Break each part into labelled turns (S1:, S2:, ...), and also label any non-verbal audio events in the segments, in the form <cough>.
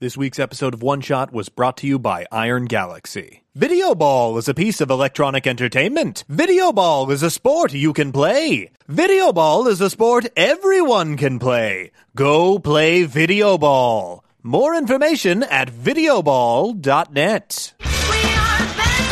S1: This week's episode of One Shot was brought to you by Iron Galaxy. Video Ball is a piece of electronic entertainment. Video Ball is a sport you can play. Video Ball is a sport everyone can play. Go play Video Ball. More information at videoball.net.
S2: We are adventurers.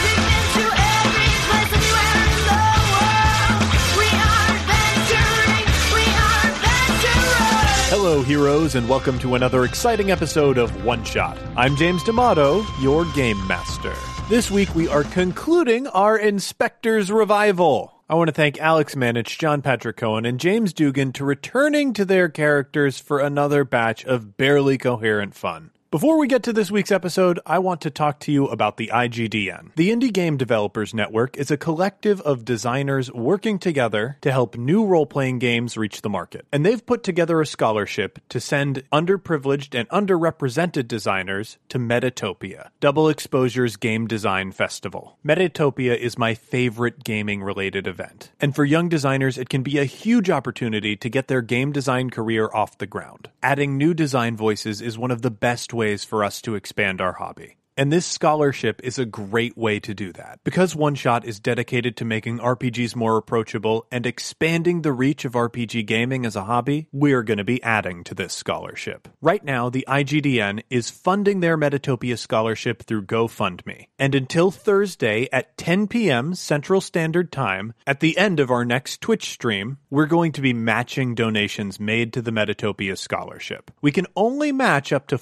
S2: We've been to every place anywhere in the world. We are adventuring. We are adventurers.
S1: Hello, heroes, and welcome to another exciting episode of One Shot. I'm James D'Amato, your game master. This week we are concluding our Inspector's Revival. I want to thank Alex Manich, John Patrick Cohen, and James Dugan to returning to their characters for another batch of barely coherent fun. Before we get to this week's episode, I want to talk to you about the IGDN. The Indie Game Developers Network is a collective of designers working together to help new role playing games reach the market. And they've put together a scholarship to send underprivileged and underrepresented designers to Metatopia, Double Exposure's Game Design Festival. Metatopia is my favorite gaming related event. And for young designers, it can be a huge opportunity to get their game design career off the ground. Adding new design voices is one of the best ways for us to expand our hobby. And this scholarship is a great way to do that. Because One Shot is dedicated to making RPGs more approachable and expanding the reach of RPG gaming as a hobby, we're going to be adding to this scholarship. Right now, the IGDN is funding their Metatopia scholarship through GoFundMe. And until Thursday at 10 p.m. Central Standard Time, at the end of our next Twitch stream, we're going to be matching donations made to the Metatopia scholarship. We can only match up to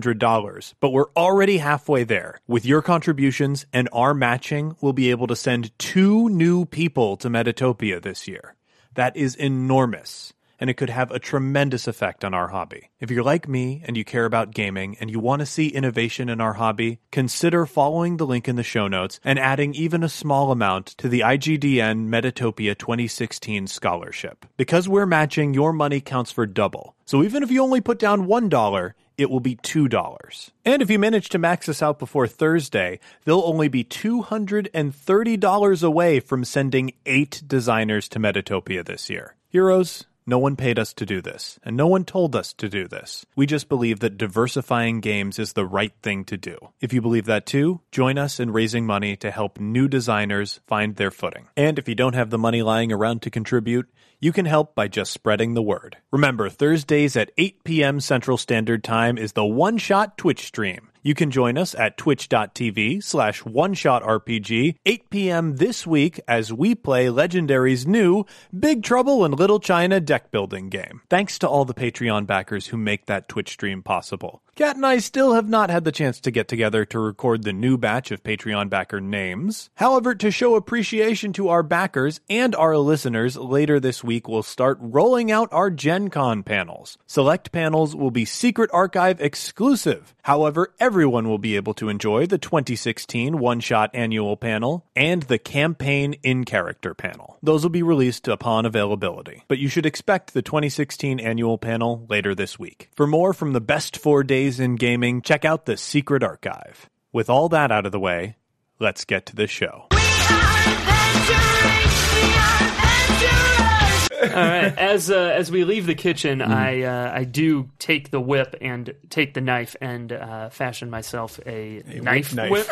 S1: $400, but we're already halfway there. With your contributions and our matching, we'll be able to send two new people to Metatopia this year. That is enormous. And it could have a tremendous effect on our hobby. If you're like me and you care about gaming and you want to see innovation in our hobby, consider following the link in the show notes and adding even a small amount to the IGDN Metatopia 2016 scholarship. Because we're matching, your money counts for double. So even if you only put down $1, it will be $2. And if you manage to max us out before Thursday, they'll only be $230 away from sending eight designers to Metatopia this year. Heroes, no one paid us to do this, and no one told us to do this. We just believe that diversifying games is the right thing to do. If you believe that too, join us in raising money to help new designers find their footing. And if you don't have the money lying around to contribute, you can help by just spreading the word. Remember, Thursdays at 8 p.m. Central Standard Time is the One Shot Twitch stream. You can join us at twitch.tv slash one shot RPG, 8 p.m. this week as we play Legendary's new Big Trouble in Little China deck building game. Thanks to all the Patreon backers who make that Twitch stream possible. Kat and I still have not had the chance to get together to record the new batch of Patreon backer names. However, to show appreciation to our backers and our listeners, later this week we'll start rolling out our Gen Con panels. Select panels will be Secret Archive exclusive. However, everyone will be able to enjoy the 2016 One Shot Annual panel and the Campaign in Character panel. Those will be released upon availability, but you should expect the 2016 Annual panel later this week. For more from the best four days in gaming, check out the Secret Archive. With all that out of the way, let's get to the show.
S2: We are adventuring. We are adventurers.
S3: All right. <laughs> As uh, as we leave the kitchen, I uh, I do take the whip and take the knife and uh, fashion myself a, knife,
S1: knife.
S3: whip.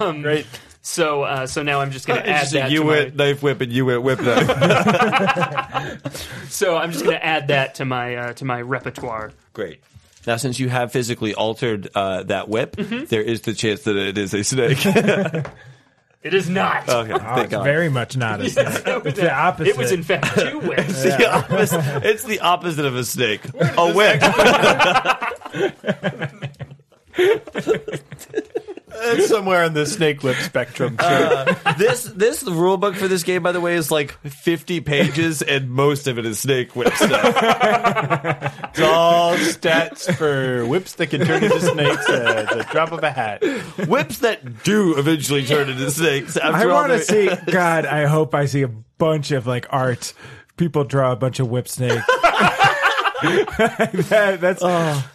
S3: um, Great. So uh, so now I'm just going to add
S4: Interesting.
S3: that.
S4: you
S3: to
S4: went
S3: my,
S4: knife whip and you went whip knife.
S3: so I'm just going to add that to my uh, to my repertoire.
S4: Great. Now, since you have physically altered uh, that whip, there is the chance that it is a snake. okay,
S3: It is not.
S4: thank God.
S5: Very much not
S4: <laughs>
S5: a snake.
S3: <laughs> it was
S5: It's the opposite.
S3: It was in fact two whips.
S4: It's the opposite- it's the opposite of a snake. A whip. <laughs>
S1: It's somewhere in the snake whip
S5: <laughs>
S1: spectrum.
S5: Uh,
S4: Uh, this this rule book for this game, by the way, is like 50 pages, and most of it is snake whip stuff.
S1: It's all stats for whips that can turn into snakes at the drop of a hat.
S4: Whips that do eventually turn into snakes.
S5: I
S4: After all
S5: want to
S4: the-
S5: see. God, I hope I see a bunch of like art. People draw a bunch of whip snakes. <laughs> That- that's oh,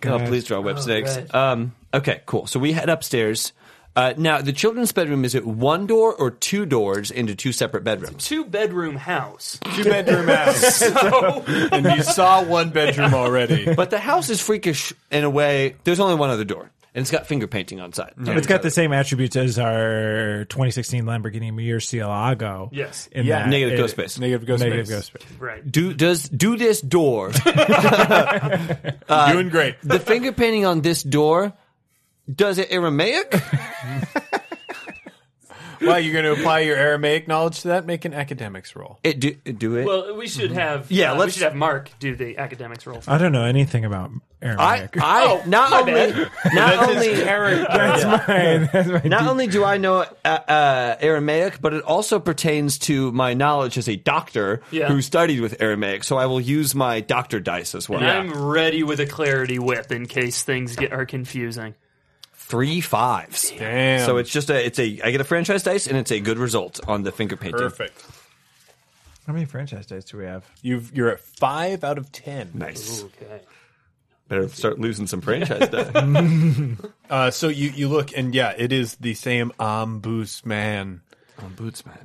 S5: god.
S4: Oh, please draw whip snakes.
S3: right.
S4: Um, okay, cool. So we head upstairs. Uh, now, the children's bedroom is it one door or two doors into two separate bedrooms?
S3: Two bedroom house.
S1: Two bedroom house. and you saw one bedroom already.
S4: But the house is freakish in a way. There's only one other door, and it's got finger painting on side.
S5: It's got the same attributes as our 2016 Lamborghini Murcielago.
S3: Yes.
S5: in
S1: Yeah.
S5: that
S4: Negative
S5: it-
S4: ghost space.
S1: Negative ghost
S5: Negative
S1: space.
S5: ghost space.
S3: Right.
S4: Do does do
S1: <laughs>
S4: this door? Uh,
S1: Doing great.
S4: the finger painting on this door. Does it Aramaic?
S1: Well, you're going to apply your Aramaic knowledge to that. Make an academics roll.
S4: It do, it do it.
S3: Well, we should have.
S4: Yeah,
S3: uh, we
S4: let's-
S3: should have Mark do the academics
S6: Uh,
S3: roll.
S5: I don't know anything about
S4: I,
S5: Aramaic. <laughs>
S4: I
S3: Oh,
S4: not
S3: my
S4: only
S3: bad.
S4: not only
S5: that's my that's
S4: <laughs>
S5: my
S4: not only do I know uh, uh, Aramaic, but it also pertains to my knowledge as a doctor
S3: Yeah.
S4: who studied with Aramaic. So I will use my doctor dice as well.
S3: I'm ready with a clarity whip in case things get are confusing.
S4: Three fives.
S1: Damn.
S4: So it's just a it's a I get a franchise dice and it's a good result on the finger painting.
S1: perfect.
S5: How many franchise dates do we have?
S1: You've, you're at five out of ten.
S4: Nice.
S3: Okay.
S4: Better start losing some franchise
S1: <laughs>
S4: dice.
S1: Uh, so you, you look, and yeah, it is the same ombudsman.
S4: Ombudsman.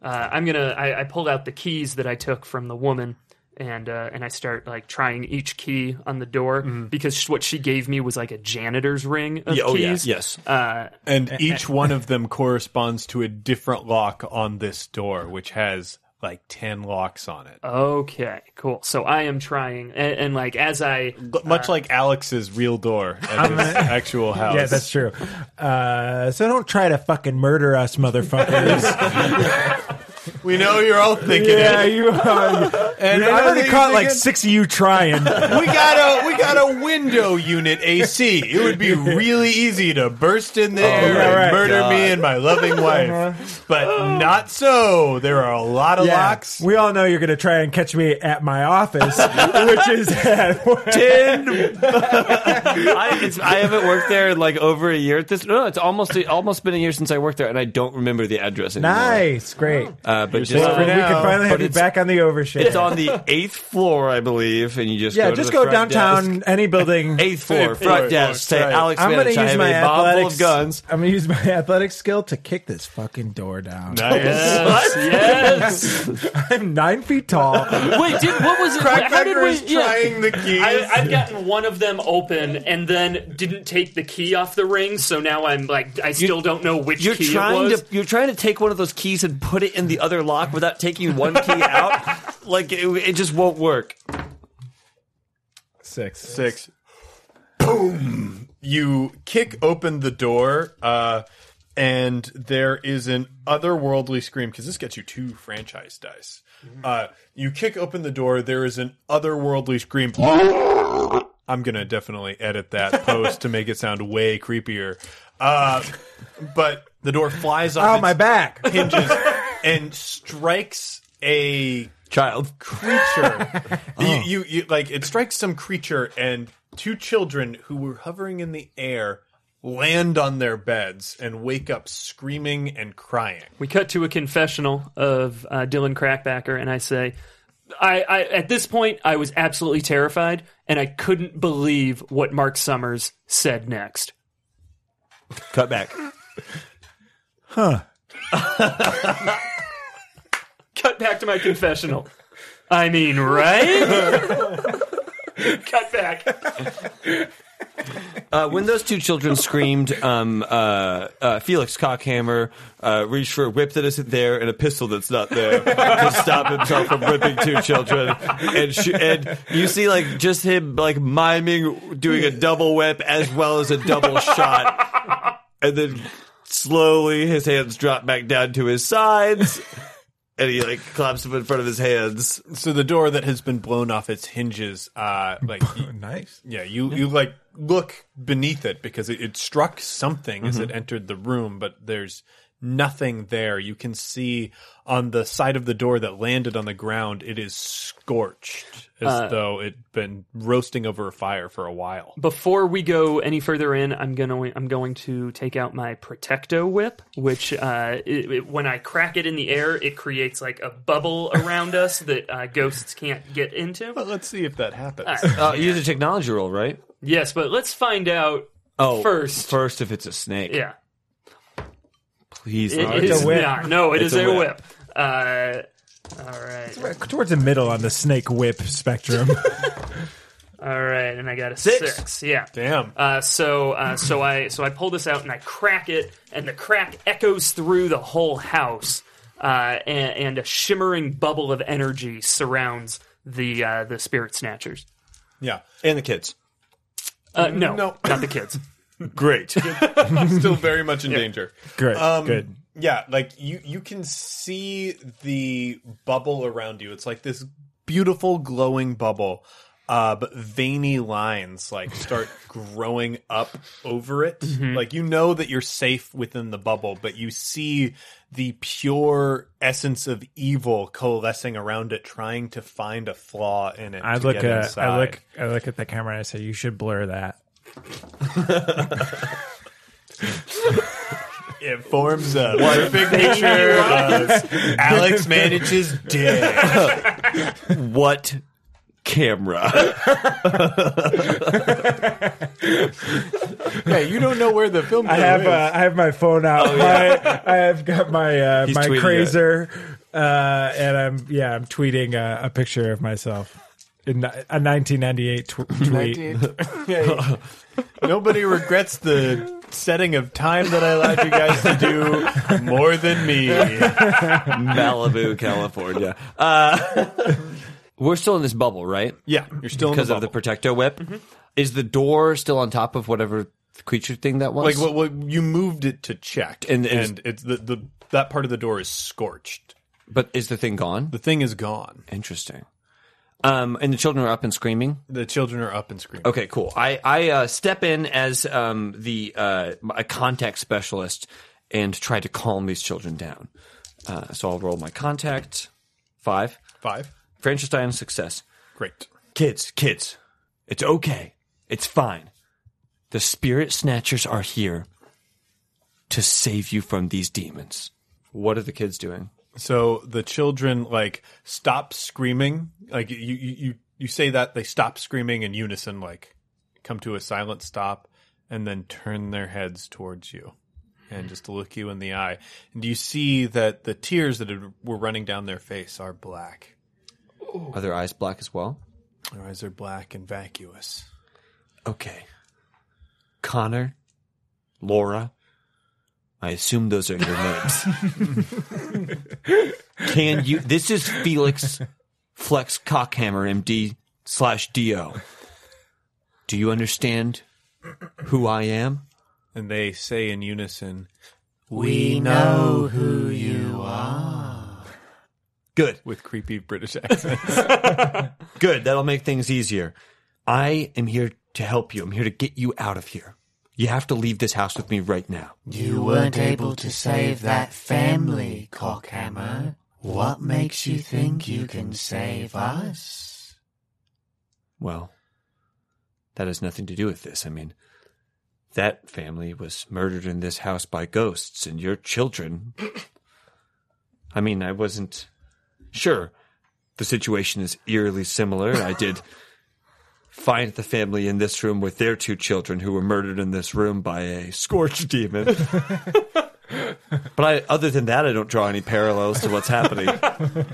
S3: Uh, I'm gonna. I, I pulled out the keys that I took from the woman, and uh, and I start like trying each key on the door because sh- what she gave me was like a janitor's ring of
S4: Mm-hmm. Yeah, oh, yeah,
S3: keys.
S4: yes.
S3: Uh,
S1: <laughs> And each one of them corresponds to a different lock on this door, which has like 10 locks on it.
S3: okay. Cool. So I am trying, and, and like as
S4: <laughs>
S3: I
S1: But much like Alex's real door at his actual house.
S5: Yeah, that's true. Uh, so don't try to fucking murder us, motherfuckers.
S1: we know you're all thinking
S5: yeah,
S1: it.
S5: you. <laughs> Uh,
S1: And
S5: I've already
S1: another
S5: caught
S1: thing
S5: like
S1: is-
S5: six of you trying.
S1: <laughs> we got a we got a window unit AC. It
S5: <laughs>
S1: would be really easy to burst in there
S5: Oh, yeah,
S1: and
S5: right. Uh-huh.
S1: murder me and my loving wife. But not so. There are a lot of
S5: Yeah.
S1: locks.
S5: We all know you're going to try and catch me at my office, <laughs> which is at
S4: <laughs> I, it's, I haven't worked there in like over a year. At this no, it's almost almost been a year since I worked there, and I don't remember the address anymore.
S5: Nice, great.
S4: Uh, but
S1: safe
S4: just,
S1: for
S5: we
S1: now,
S5: can finally have
S4: but
S5: you
S4: it's-
S5: back on the overshare.
S4: It's on the eighth floor, I believe, and you just
S5: yeah,
S4: go to
S5: just
S4: the
S5: go
S4: front
S5: downtown,
S4: desk.
S5: any building.
S4: Eighth floor, front
S1: floor,
S4: desk. Say,
S1: right.
S4: Alex,
S5: I'm
S4: going to
S5: use
S4: have
S5: my
S4: a bomb full of
S5: athletics <laughs>
S4: guns.
S5: I'm gonna use my athletic skill to kick this fucking door down.
S1: Nice.
S3: yes,
S4: <laughs>
S3: yes.
S5: <laughs> I'm nine feet tall.
S3: Wait, did, what was it? How did we?
S1: is
S3: yeah.
S1: trying the keys.
S3: I, I've gotten one of them open and then didn't take the key off the ring, so now I'm like, I still don't know which
S4: You're
S3: key it
S4: trying
S3: was.
S4: to you're trying to take one of those keys and put it in the other lock without taking one key
S5: <laughs>
S4: out. Like it, it just won't work.
S5: Six.
S1: six. Boom! You kick open the door, uh, and there is an otherworldly scream because this gets you two franchise dice.
S5: Mm-hmm.
S1: Uh, you kick open the door. There is an otherworldly scream. I'm gonna definitely edit that post to make it sound way creepier. Uh, but the door flies off
S5: Oh,
S1: its
S5: my back.
S4: <laughs>
S1: hinges and strikes a
S4: Child,
S1: creature. you, you, you like it strikes some creature, and two children who were hovering in the air land on their beds and wake up screaming and crying.
S3: We cut to a confessional of uh, Dylan Crackbacker, and I say, I, I at this point I was absolutely terrified, and I couldn't believe what Mark Summers said next.
S4: cut back.
S3: Cut back to my confessional. I mean, right? <laughs> cut back.
S4: Uh, when those two children screamed, um, uh, uh, Felix Cockhammer uh, reached for a whip that isn't there and a pistol that's not there to stop himself from whipping two children. And, sh- and you see, like, just him, like, miming doing a double whip as well as a double shot. And then slowly his hands drop back down to his sides. And he, like, claps them in front of his hands.
S1: So the door that has been blown off its hinges, uh, like y-
S5: <laughs> Nice.
S1: yeah, you you like look beneath it because it, it struck something as it entered the room, but there's nothing there. You can see on the side of the door that landed on the ground, it is scorched as though it'd been roasting over a fire for a while.
S3: Before we go any further in, I'm gonna I'm going to take out my Protecto whip, which uh, it, it- when I crack it in the air, it creates like a bubble around us that uh, ghosts can't get into. <laughs>
S1: But let's see if that happens.
S3: All right.
S4: Uh, use a technology roll, right?
S3: Yes, but let's find out
S4: Oh,
S3: First.
S4: First, if it's a snake.
S3: Yeah.
S4: Please.
S3: It
S4: Lord.
S3: is
S5: a whip.
S3: not. No, it
S4: It's
S3: is
S4: a
S3: a
S4: whip.
S3: whip. Uh, all right.
S5: Towards the middle on the snake whip spectrum. <laughs>
S3: All right, and I got a
S4: Six?
S3: six. Yeah.
S1: Damn.
S3: Uh, so uh, so I so I pull this out and I crack it, and the crack echoes through the whole house, uh, and, and a shimmering bubble of energy surrounds the uh, the spirit snatchers.
S1: Yeah.
S4: and the kids.
S3: Uh, no,
S1: No.
S3: not the kids.
S1: Great. <laughs> Still very much in danger.
S5: Good.
S1: Um,
S5: good.
S1: Yeah, like you you can see the bubble around you. It's like this beautiful glowing bubble. Uh, but veiny lines like start growing up over it. Like you know that you're safe within the bubble, but you see the pure essence of evil coalescing around it, trying to find a flaw in it.
S5: I
S1: to
S5: look
S1: get
S5: at
S1: inside.
S5: I look I look at the camera and I say, "You should blur that."
S1: It forms a perfect picture of Alex manages dick.
S4: What
S1: <laughs>
S4: camera?
S1: Hey, you don't know where the film.
S5: I have uh, I have my phone out. my, <laughs> I have got my uh,
S4: He's
S5: my
S4: tweeting
S5: crazer, uh, and I'm yeah I'm tweeting a, a picture of myself in ni- a 1998 tw-
S1: <laughs>
S5: tweet.
S1: Nobody regrets the setting of time that I allowed you guys to do more than me.
S4: Malibu, California. Uh, <laughs> we're still in this bubble, right?
S1: Yeah, you're still in
S4: Because
S1: the
S4: of the
S1: bubble. Mm-hmm.
S4: protector whip. Is the door still on top of whatever creature thing that was?
S1: like what, what you moved it to check,
S4: And
S1: and,
S4: it's-
S1: and it's the, the that part of the door is scorched.
S4: but is the thing gone?
S1: The thing is gone.
S4: Interesting. Um, and the children are up and screaming.
S1: The children are up and screaming.
S4: Okay, cool. I I uh, step in as um, the uh, a contact specialist and try to calm these children down. Uh, so I'll roll my contact five.
S1: Five.
S4: Frankenstein success.
S1: Great.
S4: Kids, kids, it's okay. It's fine. The spirit snatchers are here to save you from these demons. What are the kids doing?
S1: So the children like stop screaming. Like you, you, you, you say that they stop screaming in unison, like come to a silent stop, and then turn their heads towards you and just look you in the eye. And you see that the tears that had- were running down their face are black.
S4: Are their eyes black as well?
S1: Their eyes are black and vacuous.
S4: Okay. Connor, Laura, I assume those are your names. <laughs> Can you? This is Felix Flex Cockhammer, MD slash DO. Do you understand who I am?
S1: And they say in unison,
S4: We know who you are. Good,
S1: with creepy British accent.
S4: good. That'll make things easier. I am here to help you. I'm here to get you out of here. You have to leave this house with me right now.
S7: You weren't able to save that family, Cockhammer. What makes you think you can save us?
S4: Well, that has nothing to do with this. I mean, that family was murdered in this house by ghosts, and your children. I mean, I wasn't sure. The situation is eerily similar. I did find the family in this room with their two children who were murdered in this room by a scorched demon. <laughs> but I, other than that, I don't draw any parallels to what's happening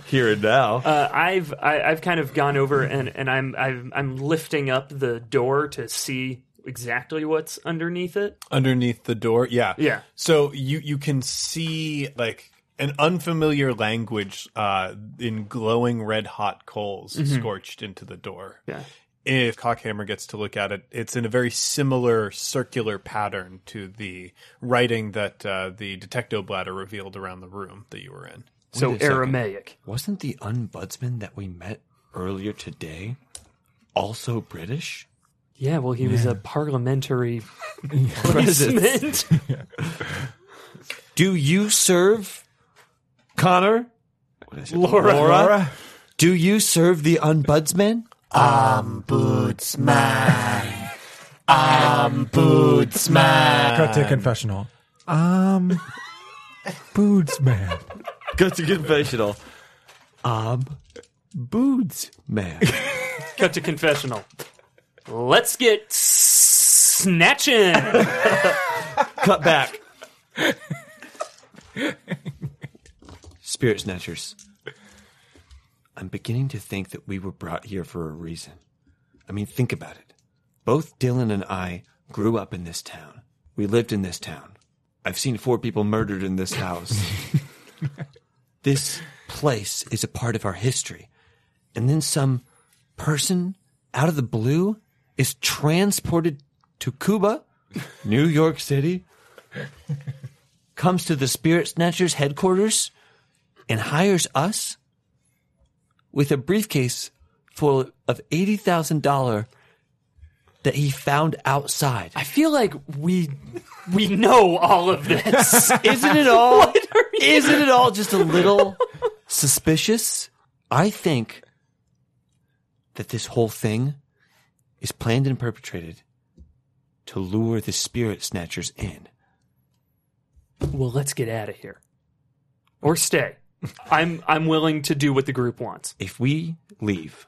S4: here and now.
S3: Uh, I've I, I've kind of gone over and, and I'm I'm I'm lifting up the door to see exactly what's underneath it.
S1: underneath the door. Yeah.
S3: Yeah.
S1: So you you can see like an unfamiliar language uh, in glowing red hot coals scorched into the door.
S3: Yeah.
S1: If Cockhammer gets to look at it, it's in a very similar circular pattern to the writing that uh, the detecto bladder revealed around the room that you were in.
S3: So
S4: a second.
S3: Aramaic.
S4: Wasn't the ombudsman that we met earlier today also British?
S3: Yeah, well, he was a <laughs> parliamentary
S4: President.
S3: placement.
S4: Do you serve Connor? What is it? Laura.
S5: Laura,
S4: Do you serve the ombudsman?
S7: Boots man.
S5: cut to confessional. Um, boots man.
S4: Got to confessional. Um, boots man.
S3: Cut to confessional. Let's get s- snatching.
S4: Cut back. Spirit snatchers. I'm beginning to think that we were brought here for a reason. I mean, think about it. Both Dylan and I grew up in this town. We lived in this town. I've seen four people murdered in this <laughs> house. this place is a part of our history. And then some person out of the blue is transported to Cuba, New York City, comes to the Spirit Snatchers headquarters and hires us with a briefcase full of $80,000 that he found outside.
S3: I feel like we we know all of <laughs> this.
S4: Isn't it <laughs> all? Isn't it all just a little suspicious? I think that this whole thing is planned and perpetrated to lure the spirit snatchers in.
S3: well, let's get out of here, or stay. I'm I'm willing to do what the group wants.
S4: If we leave,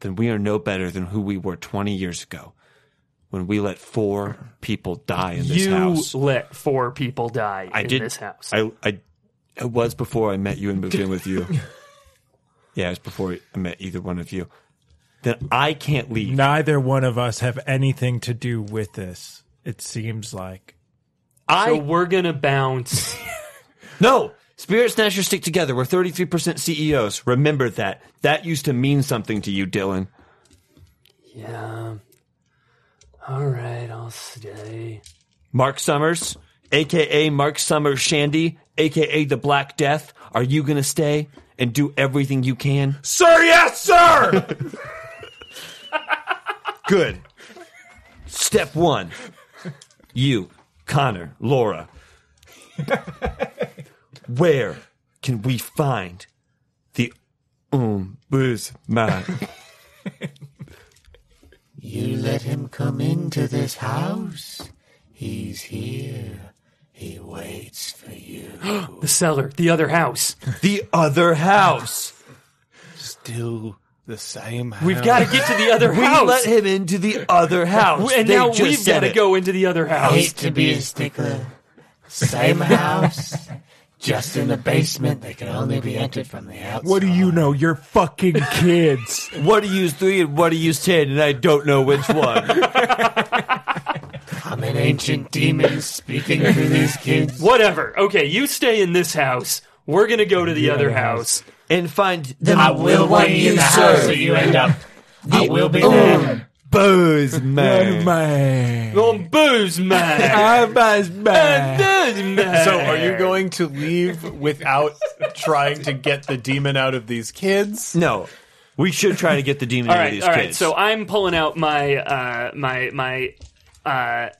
S4: then we are no better than who we were 20 years ago when we let four people die in this
S3: you
S4: house.
S3: let four people die in this house.
S4: I, I it was before I met you and moved in
S3: <laughs>
S4: with you. yeah, it was before I met either one of you. Then I can't leave.
S5: Neither one of us have anything to do with this. It seems like
S3: so we're gonna bounce.
S4: No, Spirit Snatchers stick together. We're 33% CEOs. E Remember that. That used to mean something to you, Dylan.
S3: yeah. All right, I'll stay.
S4: Mark Summers, aka Mark Summers Shandy, aka the Black Death, are you going to stay and do everything you can?
S6: Sir, yes, sir!
S4: <laughs> Good. Step one. You, Connor, Laura. Where can we find the ombudsman?
S7: You let him come into this house. He's here. He waits for you.
S3: The cellar, the other house.
S4: the other house.
S6: Still the same house.
S3: We've got to get to the other
S4: <laughs> We
S3: house.
S4: let him into the
S3: <laughs>
S4: other house.
S3: and
S4: They
S3: now
S4: just
S3: we've
S4: said
S3: got to
S4: it.
S3: go into the other house.
S7: Hate to be a stickler. Same house. Just in the basement. They can only be entered from the outside.
S5: What do you know? You're fucking kids.
S4: What do you use three and what do you use ten? And I don't know which one.
S7: I'm an ancient demon speaking through these kids.
S3: Whatever. Okay, you stay in this house. We're gonna go to the, other house.
S4: <laughs> and find
S7: I
S4: the
S7: will want you in the house that you end up. I will be there.
S4: booze
S5: Man,
S4: man.
S5: man.
S3: Well, booze man.
S5: I'm as
S4: <laughs>
S5: bad.
S3: Booze man.
S1: So, are you going to leave without trying to get the demon out of these kids?
S4: No, we should try to get the demon
S3: All
S4: out of
S3: right,
S4: these
S3: all right.
S4: kids.
S3: So I'm pulling out my uh, my my uh,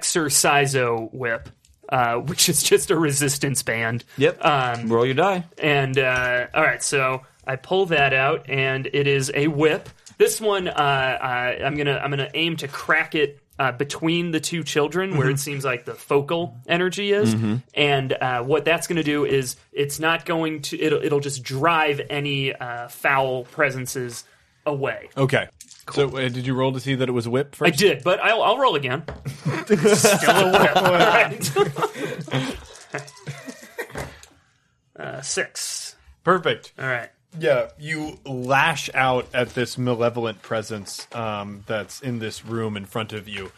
S3: exerciso whip, uh, which is just a resistance band.
S4: yep,
S3: Um,
S4: roll your die.
S3: and uh, all right, so I pull that out, and it is a whip. This one, uh, uh, I'm gonna I'm gonna aim to crack it uh, between the two children, where it seems like the focal energy is. And uh, what that's gonna do is it's not going to it'll it'll just drive any uh, foul presences away.
S1: Okay. So, uh, did you roll to see that it was a whip
S3: I
S1: first?
S3: did, but I'll, I'll roll again. Still a whip. All right. <laughs> uh, six.
S1: Perfect.
S3: All right.
S1: Yeah, you lash out at this malevolent presence um, that's in this room in front of you,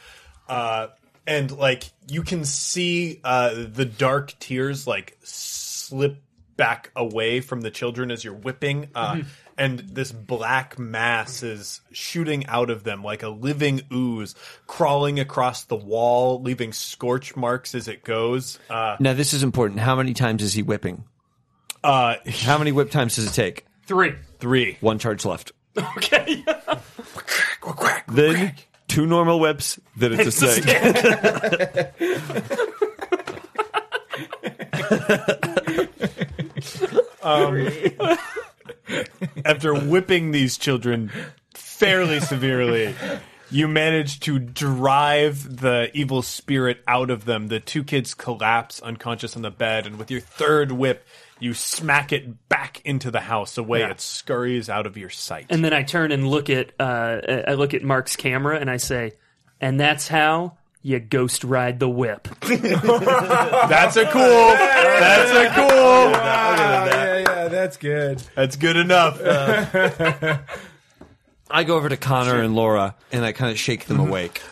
S1: uh, and like you can see uh, the dark tears like slip back away from the children as you're whipping, uh, and this black mass is shooting out of them like a living ooze, crawling across the wall, leaving scorch marks as it goes. Uh,
S4: Now this is important. How many times is he whipping?
S1: uh,
S4: How many whip times does it take?
S3: Three.
S1: three.
S4: One charge left.
S3: Okay.
S4: Then two normal whips.
S3: <laughs>
S4: Then it's, a snake.
S1: after whipping these children fairly severely, you manage to drive the evil spirit out of them. The two kids collapse unconscious on the bed, and with your third whip, you smack it back into the house away.
S3: Yeah.
S1: It scurries out of your sight.
S3: And then I turn and look at uh, I look at Mark's camera and I say, and that's how you ghost ride the whip.
S1: That's
S4: <laughs>
S1: a cool. That's a cool.
S6: yeah, yeah,
S1: <laughs>
S6: that's good.
S1: That's good enough.
S4: I go over to Connor and Laura and I kind of shake
S6: Mm-hmm.
S4: them awake.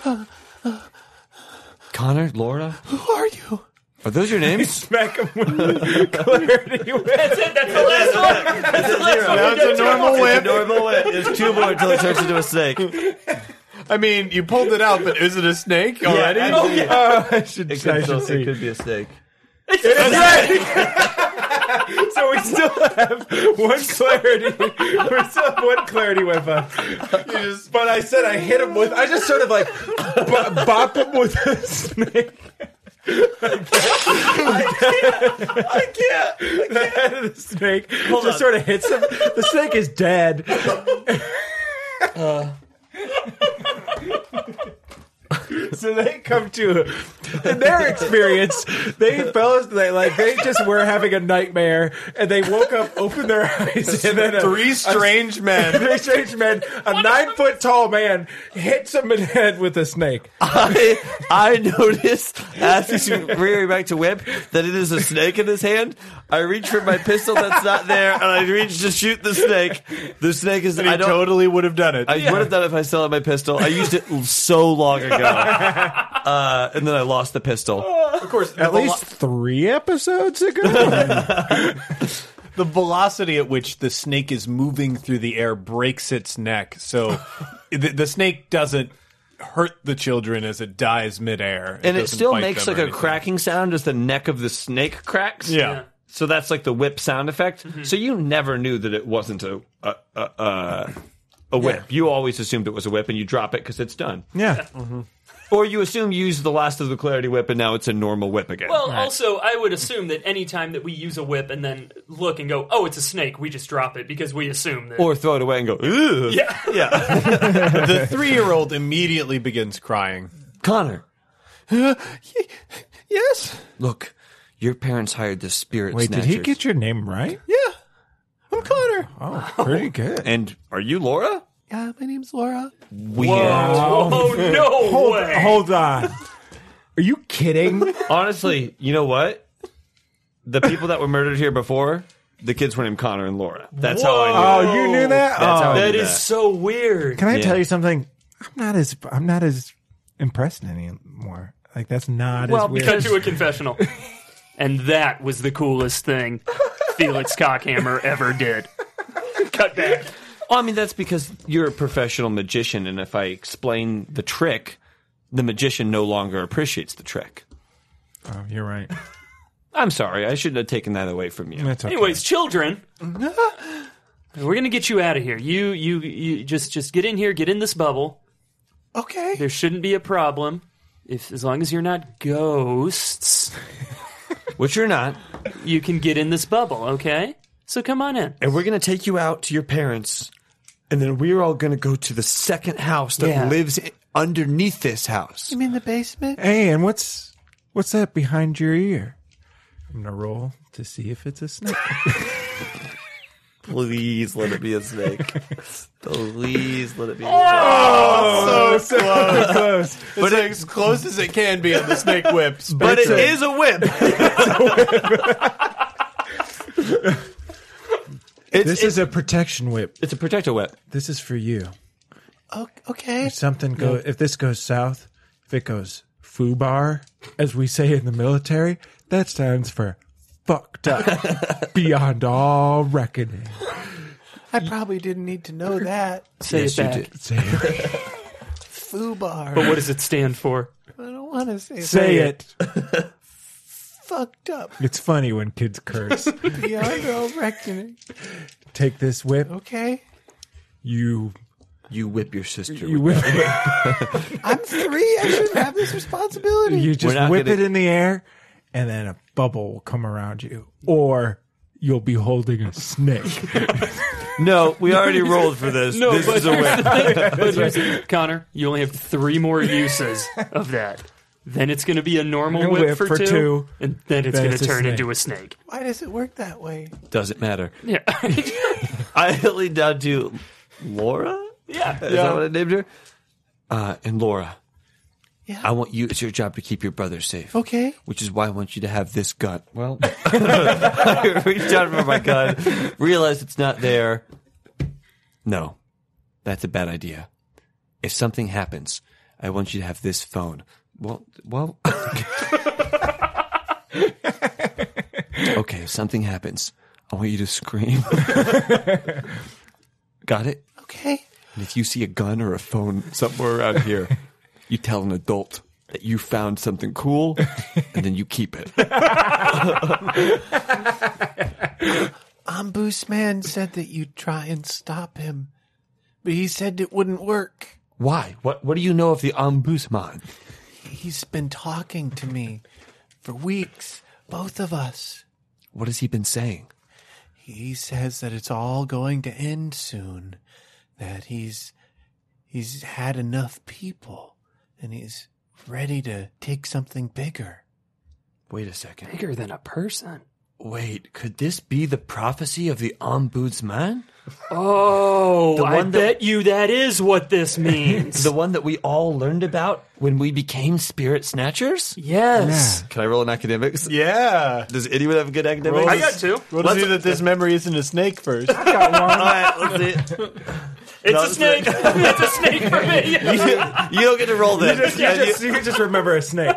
S4: Connor, Laura, who are you? Are those
S6: <laughs>
S4: your names?
S6: Smack him with clarity.
S3: That's it. That's the last one. That's the last one.
S1: That's a normal whip.
S4: normal way. There's two more until it turns into a snake.
S1: I mean, you pulled it out, but is it a snake already?
S6: Oh, I should,
S4: It
S6: I
S4: could,
S6: should
S4: still, it
S6: see.
S4: could be a snake.
S6: So we still have one clarity. <laughs> We still have one clarity with us. But I said I hit him with. I just sort of like b- bop him with a snake. I can't. I can't. The head of the snake just sort of hits him. The snake is dead. So they come to, in their experience, they fell. They like they just were having a nightmare, and they woke up, opened their eyes, and then a,
S1: Three strange
S6: <laughs>
S1: men.
S6: Three strange men. A nine foot tall man hits him in the head with a snake.
S4: I, I noticed as he's rearing back to whip that it is a snake in his hand. I reach for my pistol that's not there, and I reach to shoot the snake. The snake is.
S1: He
S4: I don't.
S1: totally would have done it.
S4: I would have done it if I still had my pistol. I used it so long
S1: <laughs>
S4: ago, uh, and then I lost the pistol.
S1: of course,
S6: At least three episodes <laughs> ago.
S1: the velocity at which the snake is moving through the air breaks its neck.
S4: <laughs>
S1: So the, the snake doesn't hurt the children as it dies midair.
S4: And it
S1: doesn't
S4: still
S1: bite
S4: makes
S1: them
S4: like
S1: or
S4: a
S1: anything.
S4: cracking sound as the neck of the snake cracks.
S1: Yeah. Mm-hmm.
S4: So that's like the whip sound effect. So you never knew that it wasn't a a, a, a, a whip. You always assumed it was a whip, and you drop it because it's done.
S6: yeah.
S4: Or you assume you used the last of the clarity whip, and now it's a normal whip again.
S3: Well, also, I would assume that any time that we use a whip and then look and go, "Oh, it's a snake," we just drop it because we assume that.
S4: or throw it away and go. Ooh.
S3: yeah,
S4: <laughs>
S1: The three year old immediately begins crying.
S4: Connor,
S1: Yes. <laughs>
S4: look, your parents hired the spirit.
S6: Wait,
S4: snatchers.
S6: did he get your name right?
S1: Yeah. I'm Connor.
S6: Oh, pretty good.
S4: And are you Laura?
S1: Yeah, my name's Laura.
S4: We
S3: oh no way!
S6: Hold on. Are you <laughs> kidding?
S4: honestly, you know what? The people that were murdered here before, the kids were named Connor and Laura. That's how I
S6: Oh,
S4: knew. it.
S6: you knew that?
S4: That's how
S6: Oh.
S4: I
S3: That
S4: knew
S3: is so weird.
S6: Can I
S4: Yeah.
S6: tell you something? I'm not as I'm not as impressed anymore. Like that's not
S4: Well,
S6: as weird.
S3: Cut to a confessional, <laughs> and that was the coolest thing Felix Cockhammer ever did. Cut back.
S4: Well, I mean, that's because you're a professional magician, and if I explain the trick, the magician no longer appreciates the trick.
S6: Oh, you're right.
S4: I'm sorry, I shouldn't have taken that away from you.
S6: That's okay.
S3: Anyways, children, <laughs> we're gonna get you out of here. You, you, you just, just get in here, get in this bubble.
S1: Okay.
S3: There shouldn't be a problem, if as long as you're not ghosts.
S4: Which you're not.
S3: you can get in this bubble, okay? So come on in.
S4: And we're going to take you out to your parents, and then we're all going to go to the second house that
S3: Yeah.
S4: lives i- underneath this house.
S7: in the basement?
S6: hey, and what's what's that behind your ear? I'm gonna roll to see if it's a snake.
S4: Please let it be a snake. Please let it be a
S1: So close.
S6: Close.
S1: but as close as it can be on the snake whips.
S4: <laughs> But it
S6: It's a-
S4: is a whip. <laughs> it's, it's,
S6: This is a protection whip.
S4: it's a protector whip.
S6: This is for you.
S7: O- okay.
S6: If something go if this goes south, if it goes foobar, as we say in the military, that stands for fucked up beyond all reckoning.
S7: I probably didn't need to know that.
S3: Say
S4: Yes,
S3: it
S4: you
S3: back.
S4: did.
S6: Say it.
S7: Foobar.
S3: But what does it stand for?
S7: I don't want to say
S6: Say it.
S7: fucked up
S6: It's funny when kids curse.
S7: beyond all reckoning.
S6: Take this whip.
S7: Okay?
S6: You
S4: You whip your sister.
S6: you whip it.
S7: I'm three. I shouldn't have this responsibility.
S6: You just
S4: not
S6: whip
S4: gonna-
S6: it in the air, and then a bubble will come around you, or you'll be holding a snake.
S4: no, we already rolled for this. this is a whip.
S3: But here's the- Connor, you only have three more uses of that. Then it's going to be a normal
S6: A
S3: whip, for, two,
S6: two.
S3: and then it's
S6: Then
S3: going to
S6: it's a
S3: turn
S6: snake.
S3: into a snake.
S7: Why does it work that way?
S4: Doesn't matter.
S3: <laughs> Yeah,
S4: I leaned down to Laura.
S3: yeah.
S4: Is that what I named her? Uh, and Laura,
S1: Yeah.
S4: I want you. It's your job to keep your brother safe.
S1: Okay.
S4: Which is why I want you to have this gun. <laughs> Well, I reached out for my gun, realized it's not there. No, that's a bad idea. If something happens, I want you to have this phone. Well, well. <laughs> okay, if something happens, I want you to scream. <laughs> Got it?
S1: Okay.
S4: And if you see a gun or a phone somewhere around <laughs> here, you tell an adult that you found something cool and then you keep it.
S1: Ombudsman Um, said that you'd try and stop him, but he said it wouldn't work.
S4: Why? What what do you know of the ombudsman?
S1: He's been talking to me for weeks, both of us.
S4: What has he been saying?
S1: He says that it's all going to end soon, that he's he's had enough people and he's ready to take something bigger.
S4: Wait a second.
S3: Bigger than a person.
S4: Wait, could this be the prophecy of the ombudsman?
S3: Oh,
S4: The
S3: I
S4: one that-
S3: bet you that is what this <laughs> means.
S4: The one that we all learned about when we became spirit snatchers?
S3: yes.
S4: Can I roll an academics?
S1: Yeah.
S4: Does anyone have good academics?
S3: I got two.
S1: We'll
S4: Let's-
S1: see that this memory isn't a snake <laughs> first.
S4: <laughs> All right, let's do it.
S3: It's
S4: No,
S3: a
S4: it's
S3: snake. <laughs> it's a snake for <laughs> me.
S5: <laughs>
S4: you, you don't get to roll that.
S5: You just, you just remember a snake.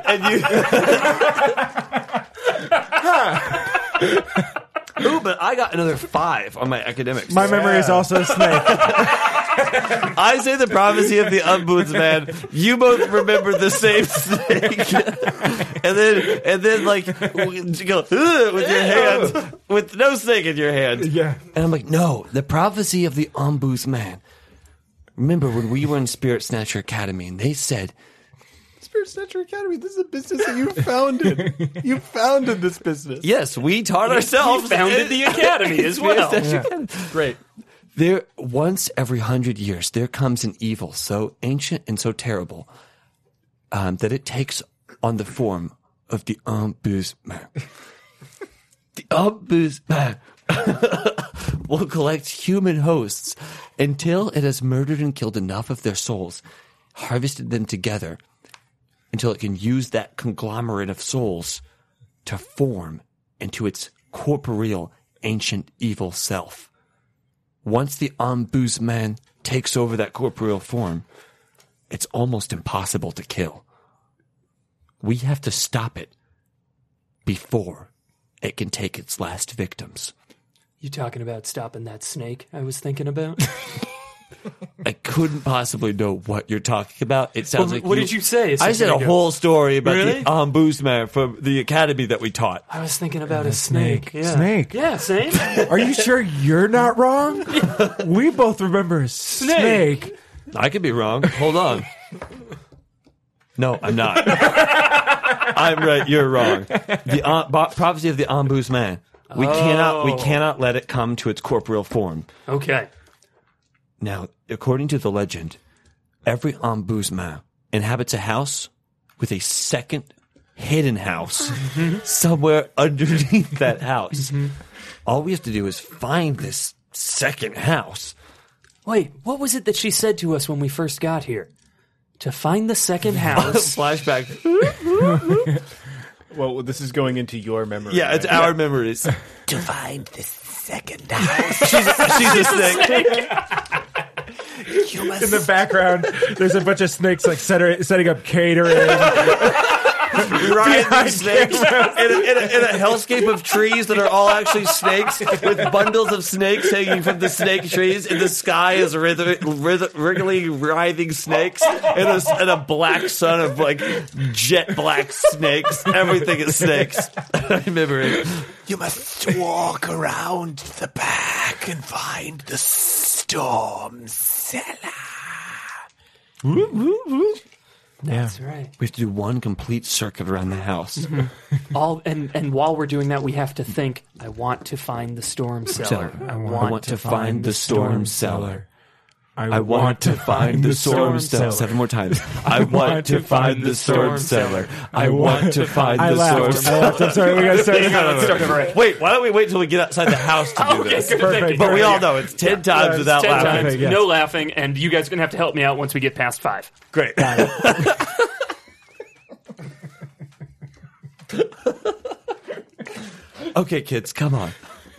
S4: Ooh, but I got another five on my academics.
S5: My memory is also a snake.
S4: <laughs> I say the prophecy of the ombudsman. You both remember the same snake, and then and then like you go "Ugh," with your hands with no snake in your hand.
S5: Yeah.
S4: And I'm like, no, the prophecy of the ombudsman. Remember when we were in Spirit Snatcher Academy and they said
S1: Spirit Snatcher Academy, this is a business that you <laughs> founded. you founded this business.
S4: Yes, we taught ourselves.
S3: He founded the academy
S4: <laughs>
S3: as well. <laughs>
S4: Great. There, once every hundred years, there comes an evil so ancient and so terrible um, that it takes on the form of the ombudsman. <laughs> the ombudsman <laughs> will collect human hosts until it has murdered and killed enough of their souls, harvested them together, until it can use that conglomerate of souls to form into its corporeal, ancient, evil self. Once the ombudsman takes over that corporeal form, it's almost impossible to kill. We have to stop it before it can take its last victims.
S3: You talking about stopping that snake I was thinking about?
S4: I couldn't possibly know what you're talking about. It sounds
S3: Well, <laughs>
S4: like
S3: what did you say a
S4: I said a
S3: second ago?
S4: whole story about
S3: Really?
S4: the ombudsman from the academy that we taught.
S3: I was thinking about a snake. Yeah.
S5: Snake.
S3: Yeah, same. <laughs>
S5: Are you sure you're not
S4: <laughs>
S5: wrong? We both remember a snake.
S4: I could be wrong. Hold on. No, I'm not. I'm right. You're wrong. The uh, bo- prophecy of the ombudsman. We cannot. We
S3: Oh.
S4: cannot let it come to its corporeal form.
S3: okay.
S4: Now, according to the legend, every ombudsman inhabits a house with a second hidden house somewhere underneath that house. All we have to do is find this second house.
S3: Wait, what was it that she said to us when we first got here? To find the <laughs> second house.
S4: <laughs> Flashback.
S1: Well, this is going into your memory.
S4: Yeah, it's our memories. To find the second house. <laughs> she's, she's a snake.
S5: In the background, there's a bunch of snakes like setter- setting up
S4: <laughs>
S5: catering.
S4: Ryan these snakes in a, <laughs> in, a, in a hellscape of trees that are all actually snakes with bundles of snakes hanging from the snake trees. And the sky is writh- writh- wriggling, writhing snakes and a, and a black sun of like jet black snakes. Everything is snakes. <laughs> I remember it.
S7: You must walk around the back and find the storm cellar.
S3: That's right.
S4: We have to do one complete circuit around the house.
S3: All and and while we're doing that, we have to think. I want to find the storm cellar. I want, to find the storm cellar.
S4: I want to find the storm cellar. Seven more times. <laughs> I want to find the storm cellar. I want to find
S5: I
S4: the storm
S5: laughed. I
S4: cellar.
S5: laughed. I'm sorry.
S6: <laughs>
S5: We got
S4: <laughs>
S5: to start.
S4: Wait, why don't we wait till we get outside the house <laughs> to do
S3: Okay,
S4: this?
S3: good thinking.
S4: But we all know it's ten times without
S3: Ten
S4: laughing.
S3: times,
S5: yes.
S3: no laughing, and you guys are gonna have to help me out once we get past five.
S4: Great. okay, kids, come on.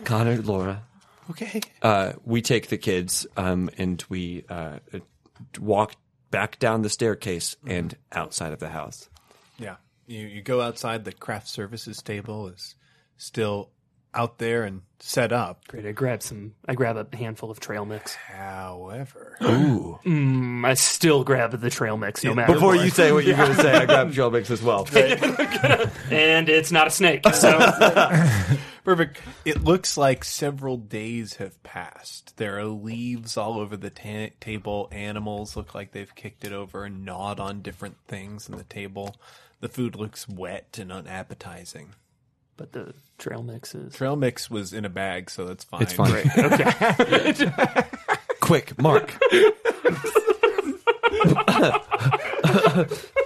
S4: Connor, Laura.
S5: Okay.
S4: Uh, we take the kids um, and we uh, walk back down the staircase and outside of the house.
S1: Yeah. You you go outside the craft services table is still out there and set up.
S3: Great. I grab some. I grab a handful of trail
S1: <gasps>
S3: mix.
S1: However, <clears throat>
S3: Mm, I still grab the trail mix no matter.
S4: Before
S3: what.
S4: you say what you're going to say, I grab trail mix as well.
S3: and it's not a snake. So <laughs>
S1: perfect. It looks like several days have passed. There are leaves all over the ta- table. Animals look like they've kicked it over and gnawed on different things in the table. The food looks wet and unappetizing.
S3: but the trail mix is
S1: Trail mix was in a bag, so that's fine.
S4: It's fine. <laughs> Quick, Mark.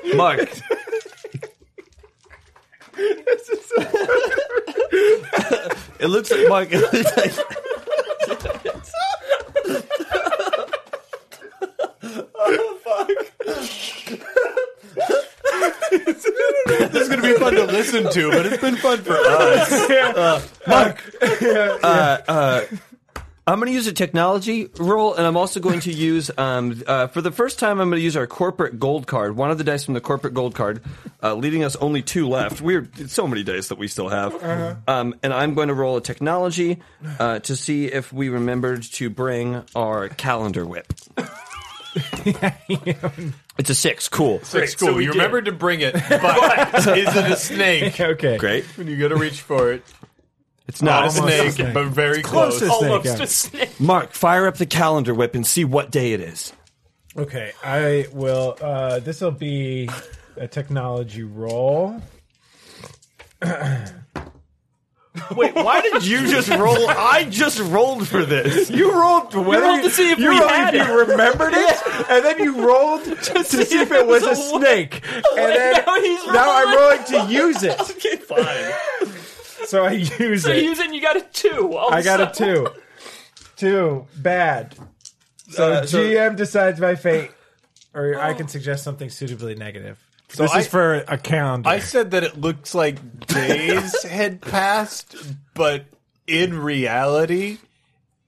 S4: <laughs> Mark. it looks like Mark. It looks like.
S1: This is going to be fun to listen to, but it's been fun for us.
S4: Uh, I'm going to use a technology roll, and I'm also going to use, um, uh, for the first time, I'm going to use our corporate gold card. One of the dice from the corporate gold card, uh, leaving us only two left. We're it's so many dice that we still have. Um, and I'm going to roll a technology uh, to see if we remembered to bring our calendar whip. it's a six. Cool.
S1: It's cool. you remembered to bring <laughs> it, but is it a snake?
S6: Okay.
S4: Great.
S1: <laughs> When you go to reach for it,
S4: It's not
S1: not a
S4: a
S6: Almost
S1: snake,
S6: a snake.
S1: but very close.
S6: Close
S4: Oh,
S6: to snake,
S3: almost
S6: yeah.
S3: a snake.
S4: Mark, fire up the calendar whip and see what day it is.
S6: Okay, I will. Uh, this will be a technology roll.
S4: Wait, why did you just roll? I just rolled for this. You rolled
S6: Whether
S3: rolled to see if
S6: you
S3: we
S6: rolled
S3: had
S6: if you remembered it, and then you rolled <laughs> to see, if it was a <laughs> snake. And then
S3: <laughs> now he's
S6: <laughs> now I'm rolling to use it. <laughs>
S3: Okay, fine.
S6: So I use
S3: So
S6: it.
S3: using you got a two. all of
S6: I got
S3: sudden.
S6: a two. Two. Bad. Uh, So Oh. GM decides my fate. Or I can suggest something suitably negative. So this
S1: I-
S6: is for a calendar.
S1: I said that it looks like days had passed, but in reality,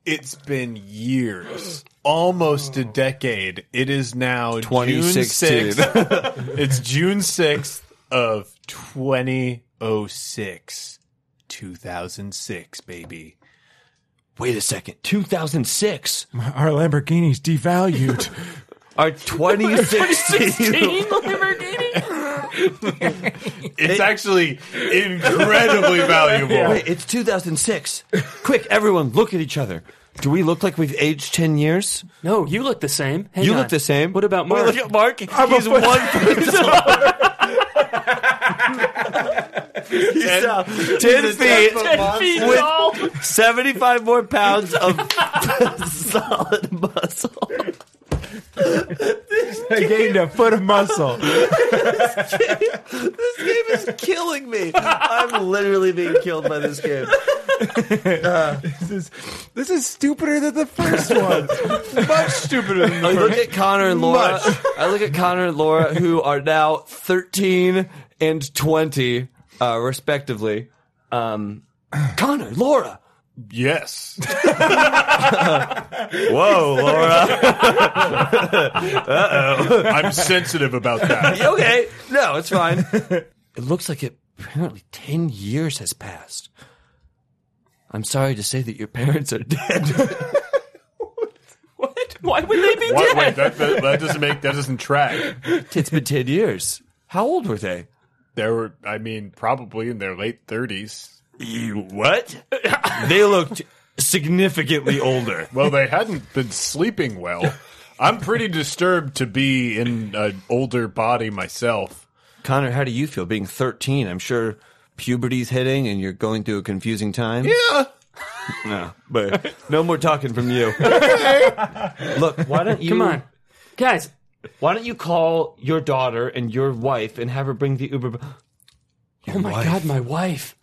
S1: it's been years. Almost a decade. It is now June
S4: 2016.
S1: 6th. it's June 6th of 2006. 2006, baby.
S4: Wait a second. 2006.
S6: <laughs> Our Lamborghini's <laughs> devalued.
S3: <laughs>
S4: Our 2016.
S3: Teen Lamborghini?
S1: It's actually incredibly valuable.
S4: Wait, it's 2006. Quick, everyone, look at each other. Do we look like we've aged 10 years?
S3: No, you look the same. Hang
S4: you
S3: on.
S4: look the same.
S3: What about
S4: Wait,
S3: Mark?
S4: look at Mark. He's one foot taller. He's <laughs> uh, 10 feet,
S3: Ten feet
S4: With-
S3: tall.
S4: 75 more pounds of <laughs> solid muscle.
S6: I gained a foot of <laughs> muscle.
S4: This game is killing me. I'm literally being killed by this game.
S6: This is, this is stupider than the first <laughs> one.
S1: Much stupider than
S4: I
S1: the
S4: look at Connor and Laura. I look at Connor and Laura, who are now 13 and 20, uh, respectively. Um, Connor, Laura.
S1: <laughs> Yes.
S4: Whoa, Laura.
S1: I'm sensitive about
S4: <laughs>
S1: that.
S4: okay. No, it's fine. It looks like it apparently 10 years has passed. I'm sorry to say that your parents are dead. <laughs>
S3: What? Why would they be
S1: Why,
S3: dead?
S1: wait, that, that, that doesn't make that doesn't track.
S4: it's been 10 years. How old were they?
S1: They were, I mean, probably in their late thirties.
S4: You what? they looked significantly older.
S1: Well, they hadn't been sleeping well. I'm pretty disturbed to be in an older body myself.
S4: Connor, how do you feel being 13? I'm sure puberty's hitting and you're going through a confusing time.
S1: Yeah.
S4: No, but no more talking from <laughs> you. Look, why don't you
S3: Come on. Guys,
S4: Why don't you call your daughter and your wife and have her bring the Uber?
S3: Oh my god, my wife.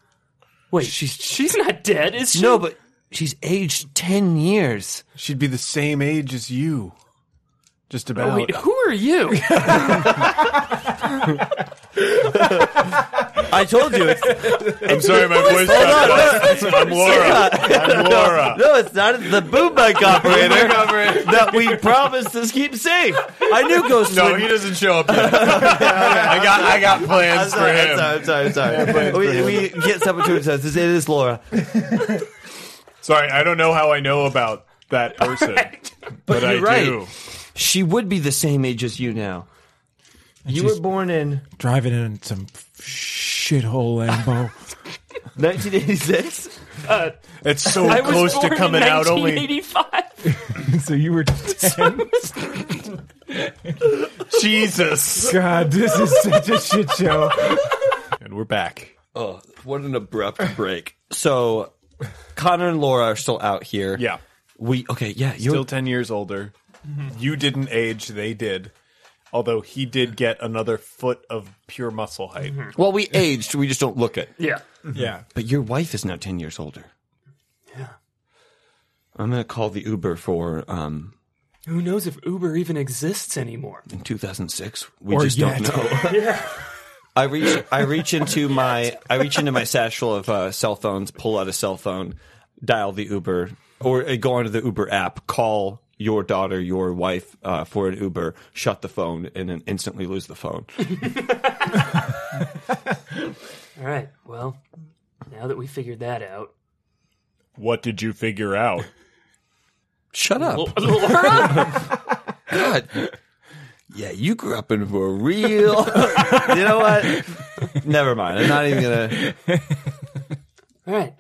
S3: Wait, she's she's not dead, is she?
S4: No, but she's aged 10 years.
S1: She'd be the same age as you. Just about.
S3: Wait, who are you?
S4: I told you. It's,
S1: I'm sorry, my voice got lost. I'm Laura. I'm Laura.
S4: <laughs> no, it's not the boom mic operator that we promised to keep safe. I knew Ghost
S1: No,
S4: would.
S1: he doesn't show up. Yet. <laughs> I got I got
S4: I'm
S1: plans for
S4: sorry, I'm
S1: him.
S4: sorry, I'm sorry, I'm sorry. we, we get someone to us. It is Laura.
S1: Sorry, I don't know how I know about that person, but I
S4: you're right.
S1: do.
S4: She would be the same age as you now. You were born in
S6: Driving in some shithole <laughs> Lambo.
S4: 1986.
S1: It's so
S3: I was
S1: close
S3: born
S1: to coming
S3: in
S1: out. Only
S3: 1985.
S6: so you were 10.
S1: Jesus.
S6: God, this is such a shit show.
S1: And we're back.
S4: Oh, what an abrupt break. So Connor and Laura are still out here.
S1: Yeah,
S4: We okay, yeah, you
S1: still ten years older. You didn't age; they did. Although he did get another foot of pure muscle height.
S4: Well, we aged, we just don't look it.
S3: Yeah.
S6: Yeah.
S4: But your wife is now 10 years older.
S3: Yeah.
S4: I'm going to call the Uber for um
S3: Who knows if Uber even exists anymore?
S4: in 2006. We
S6: Or
S4: just
S6: yet.
S4: don't
S6: <laughs>
S4: know.
S3: Yeah.
S4: I reach I reach into my I reach into my satchel of uh, cell phones, pull out a cell phone, dial the Uber or uh, go onto the Uber app, call your daughter, your wife uh, for an Uber, shut the phone and then instantly lose the phone. <laughs>
S3: All right. Well, now that we figured that out,
S1: What did you figure out?
S4: Shut up.
S3: Laura,
S4: <laughs> God. Yeah, you grew up in for real. <laughs> you know what? Never mind. I'm not even gonna.
S3: All right.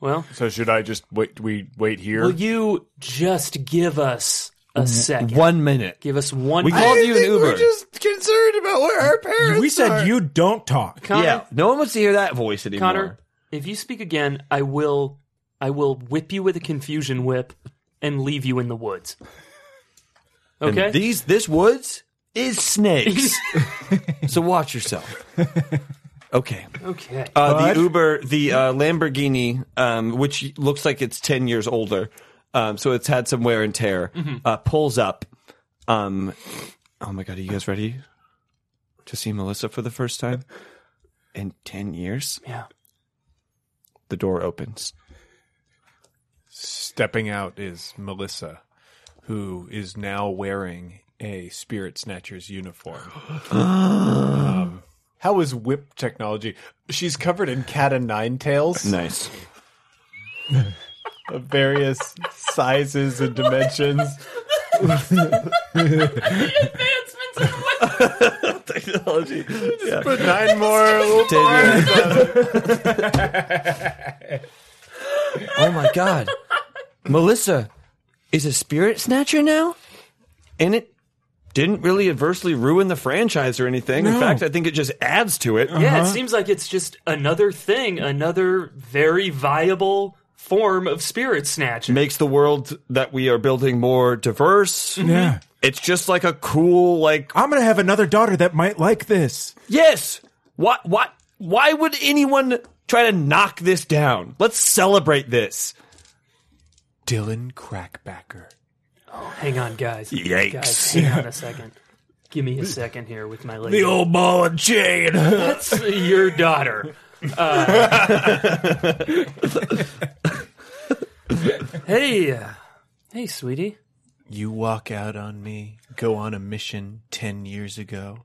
S3: Well,
S1: So should I just wait? We wait here.
S3: will you just give us a second?
S4: One minute.
S3: Give us one.
S4: We called you an Uber.
S1: concerned about where our parents.
S6: We said you don't talk.
S3: Connor,
S4: Yeah, no one wants to hear that voice anymore.
S3: Connor, if you speak again, I will, I will whip you with a confusion whip and leave you in the woods.
S4: And
S3: Okay.
S4: These this woods is <laughs> snakes. so watch yourself. Okay.
S3: <laughs> okay.
S4: Uh, the Uber, the uh, Lamborghini, um, which looks like it's ten years older, um, so it's had some wear and tear, uh, pulls up. Um, oh my god, are you guys ready to see Melissa for the first time in ten years?
S3: yeah.
S4: The door opens.
S1: Stepping out is Melissa, who is now wearing a Spirit Snatchers uniform. um, how is whip technology? She's covered in cat and nine tails
S4: Nice.
S1: of various sizes and dimensions.
S4: Technology.
S1: Put nine more. little-
S4: Ten years. oh my god, Melissa is a spirit snatcher now, and it didn't really adversely ruin the franchise or anything. In fact, I think it just adds to it.
S3: Yeah. It seems like it's just another thing, another very viable form of spirit snatch.
S4: Makes the world that we are building more diverse.
S6: Yeah.
S4: It's just like a cool, like
S6: I'm going to have another daughter that might like this.
S4: yes. What? What? Why would anyone try to knock this down? Let's celebrate this.
S1: Dylan Crackbacker.
S3: Hang on, guys.
S4: Yikes.
S3: Guys, hang on a second. Give me a second here with my lady.
S4: ball and chain.
S3: That's <laughs> your daughter. Uh, <laughs> hey, uh, hey, sweetie.
S1: You walk out on me, go on a mission 10 years ago,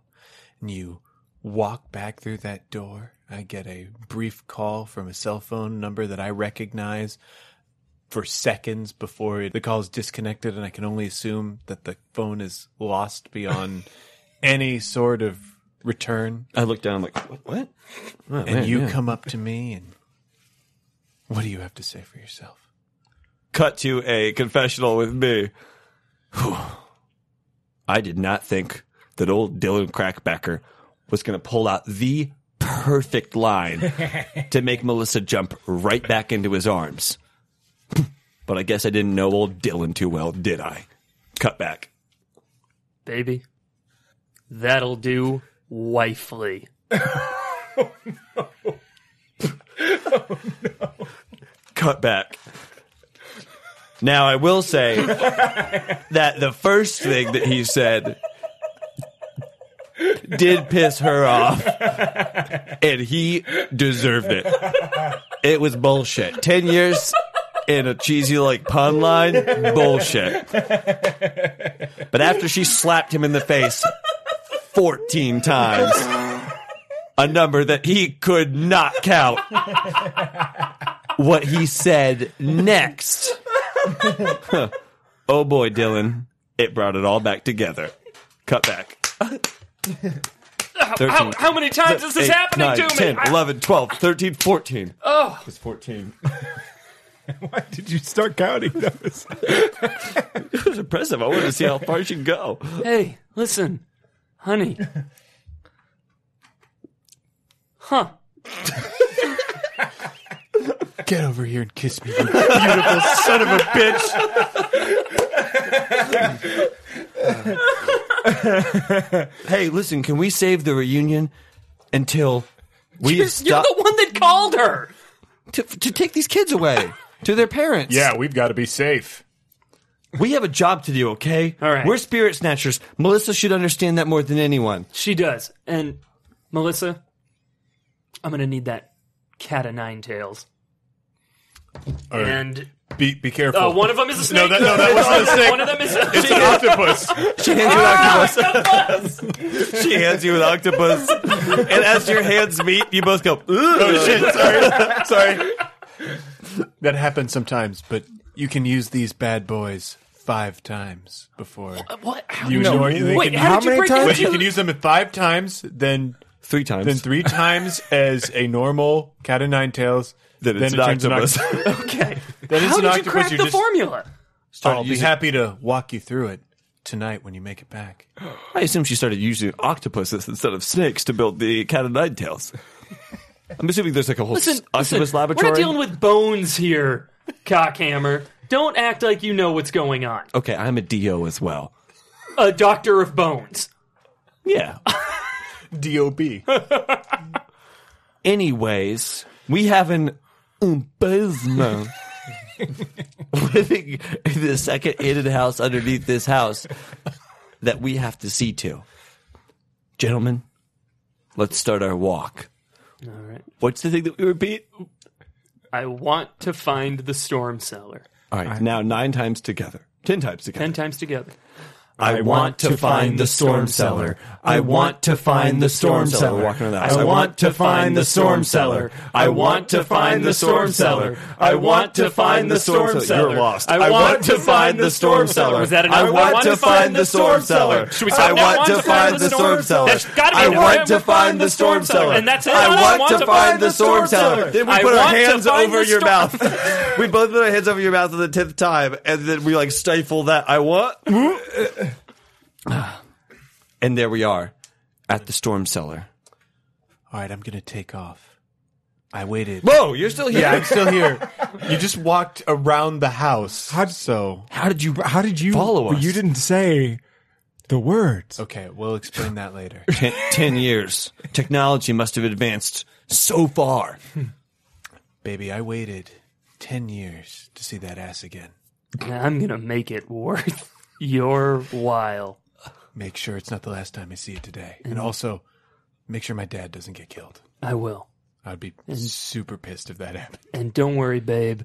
S1: and you walk back through that door. I get a brief call from a cell phone number that I recognize for seconds before the call is disconnected, and I can only assume that the phone is lost
S4: <laughs>
S1: beyond any sort of return.
S4: <laughs> I look down. I'm like, what? what? Oh,
S1: And
S4: man,
S1: you
S4: yeah.
S1: come up to me, and what do you have to say for yourself?
S4: cut to a confessional with me. Whew. I did not think that old Dylan Crackbacker was going to pull out the perfect line to make Melissa jump right back into his arms. but I guess I didn't know old Dylan too well, did I? Cut back.
S3: Baby. That'll do wifely.
S4: cut back. Now I will say that the first thing that he said did piss her off, and he deserved it. It was bullshit. Ten years in a cheesy like pun line, bullshit. But after she slapped him in the face fourteen times, a number that he could not count, what he said next. <laughs> oh boy, Dylan, it brought it all back together. Cut back.
S3: How, how many times is this
S4: Eight,
S3: happening
S4: nine,
S3: to me?
S4: 10,
S3: I-
S4: 11, 12, 13, 14.
S3: oh,
S4: It's 14.
S6: <laughs> Why did you start counting those?
S4: <laughs> It was impressive. I wanted to see how far she could go.
S3: hey, listen,
S4: <laughs>
S3: honey. Huh.
S1: Get over here and kiss me.
S4: Beautiful son of a bitch. <laughs> hey, listen, can we save the reunion until we
S3: You're, you're
S4: stop
S3: the one that called her.
S4: to, to take these
S8: <laughs>
S4: kids away to their parents?
S8: Yeah, we've got to be safe.
S4: We have a job to do, okay?
S3: All right.
S4: We're spirit snatchers. Melissa should understand that more than anyone.
S3: She does. And Melissa, I'm gonna need that cat of nine tails.
S8: All right.
S3: And
S8: be be careful.
S3: uh, one of them is a snake.
S8: no, that, no, that wasn't a snake.
S3: One of them is a Ah,
S8: It's an octopus.
S4: She hands you an octopus. she hands you an octopus. <laughs> And as your hands meet, you both go,
S8: Oh shit! Sorry, sorry.
S1: That happens sometimes, but you can use these bad boys five times before
S3: What? How,
S1: you
S8: No,
S1: ignore you.
S3: wait,
S8: can-
S3: how,
S9: how
S3: did you
S9: many
S3: break
S9: times?
S8: But you
S3: into-
S8: can use them five times, then
S4: Three times.
S8: then three times as a normal cat o' nine tails.
S4: Then it's an
S8: turns
S4: octopus. <laughs>
S3: Okay.
S8: Then it's
S3: How
S8: an
S3: did you
S8: octopus,
S3: crack the
S8: you just-
S3: formula?
S1: I'll be happy to walk you through it tonight when you make it back.
S4: I assume she started using octopuses instead of snakes to build the cat of nine tails. I'm assuming there's like a whole s-
S3: Listen,
S4: octopus
S3: listen,
S4: laboratory.
S3: We're not dealing with bones here, Cockhammer. Don't act like you know what's going on.
S4: okay, I'm a DO as well.
S3: A doctor of bones.
S4: Yeah.
S8: Dob.
S1: <laughs>
S4: Anyways, we have an umbozo living in the second hidden house underneath this house that we have to see to. Gentlemen, let's start our walk.
S3: All right.
S4: What's the thing that we repeat?
S3: I want to find the storm cellar.
S4: All right, now nine times together. Ten times together.
S3: Ten times together.
S4: I want to find the storm cellar. I want to find the storm cellar. I want to find the storm cellar. I want to find the storm cellar. I want to find the storm cellar. I want to find the storm cellar.
S3: Was that enough?
S4: I want to find the storm cellar.
S3: Should we stop
S4: I
S3: now?
S4: want to find the storm cellar.
S3: That's gotta be
S4: I
S3: enough.
S4: want to find the storm cellar.
S3: And that's it.
S4: I want to find the storm cellar. Then we
S3: I
S4: put our
S3: want to
S4: hands
S3: find
S4: over
S3: the
S4: your
S3: storm-
S4: mouth. <laughs> We both put our hands over your mouth for the tenth time, and then we like stifle that. I want. and there we are at the storm cellar.
S1: All right, I'm going to take off. I waited.
S4: Whoa, you're still here.
S1: Yeah, I'm still
S3: <laughs>
S1: here. You just walked around the house. so
S4: How did you?
S6: How did you
S4: Follow us.
S6: You didn't say the words.
S1: okay, we'll explain that later.
S4: Ten, ten years. Technology must have advanced so far.
S1: Baby, I waited 10 years to see that ass again.
S3: I'm gonna make it worth <laughs> your while.
S1: Make sure it's not the last time I see it today. And also, make sure my dad doesn't get killed.
S3: I will.
S1: I'd be super pissed if that happened.
S3: And don't worry, babe.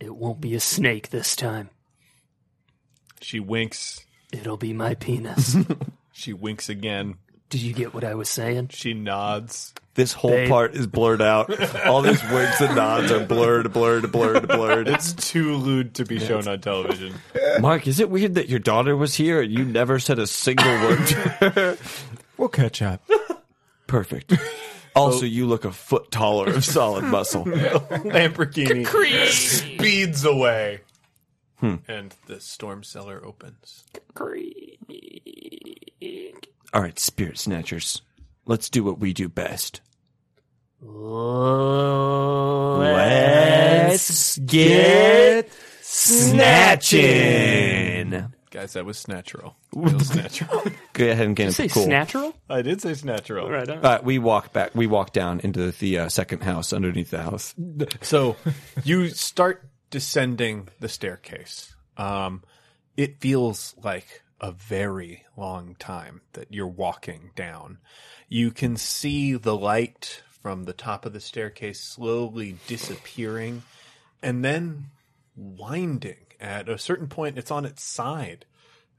S3: It won't be a snake this time.
S1: She winks.
S3: It'll be my <laughs> penis.
S1: She winks again.
S3: Did you get what I was saying?
S1: She nods.
S4: This whole
S3: Babe.
S4: part is blurred out. All these winks and nods are blurred, blurred, blurred, blurred.
S1: It's too lewd to be shown on television.
S4: Mark, is it weird that your daughter was here and you never said a single word? to <laughs> her?
S6: We'll catch up.
S4: Perfect. Also, you look a foot taller of solid muscle.
S1: Lamborghini speeds away. And the storm cellar opens.
S4: All right, spirit snatchers. Let's do what we do best. Let's get snatching.
S1: Guys, that was Snatcherel. Real Snatcherel.
S4: Go ahead and get
S3: Say
S4: it. Cool.
S3: snatchel?
S1: I did say Snatcherel.
S3: Right on.
S4: All right, we walk back. We walk down into the uh, second house underneath the house.
S1: So you start descending the staircase. Um, it feels like a very long time that you're walking down. You can see the light from the top of the staircase slowly disappearing and then winding. At a certain point, it's on its side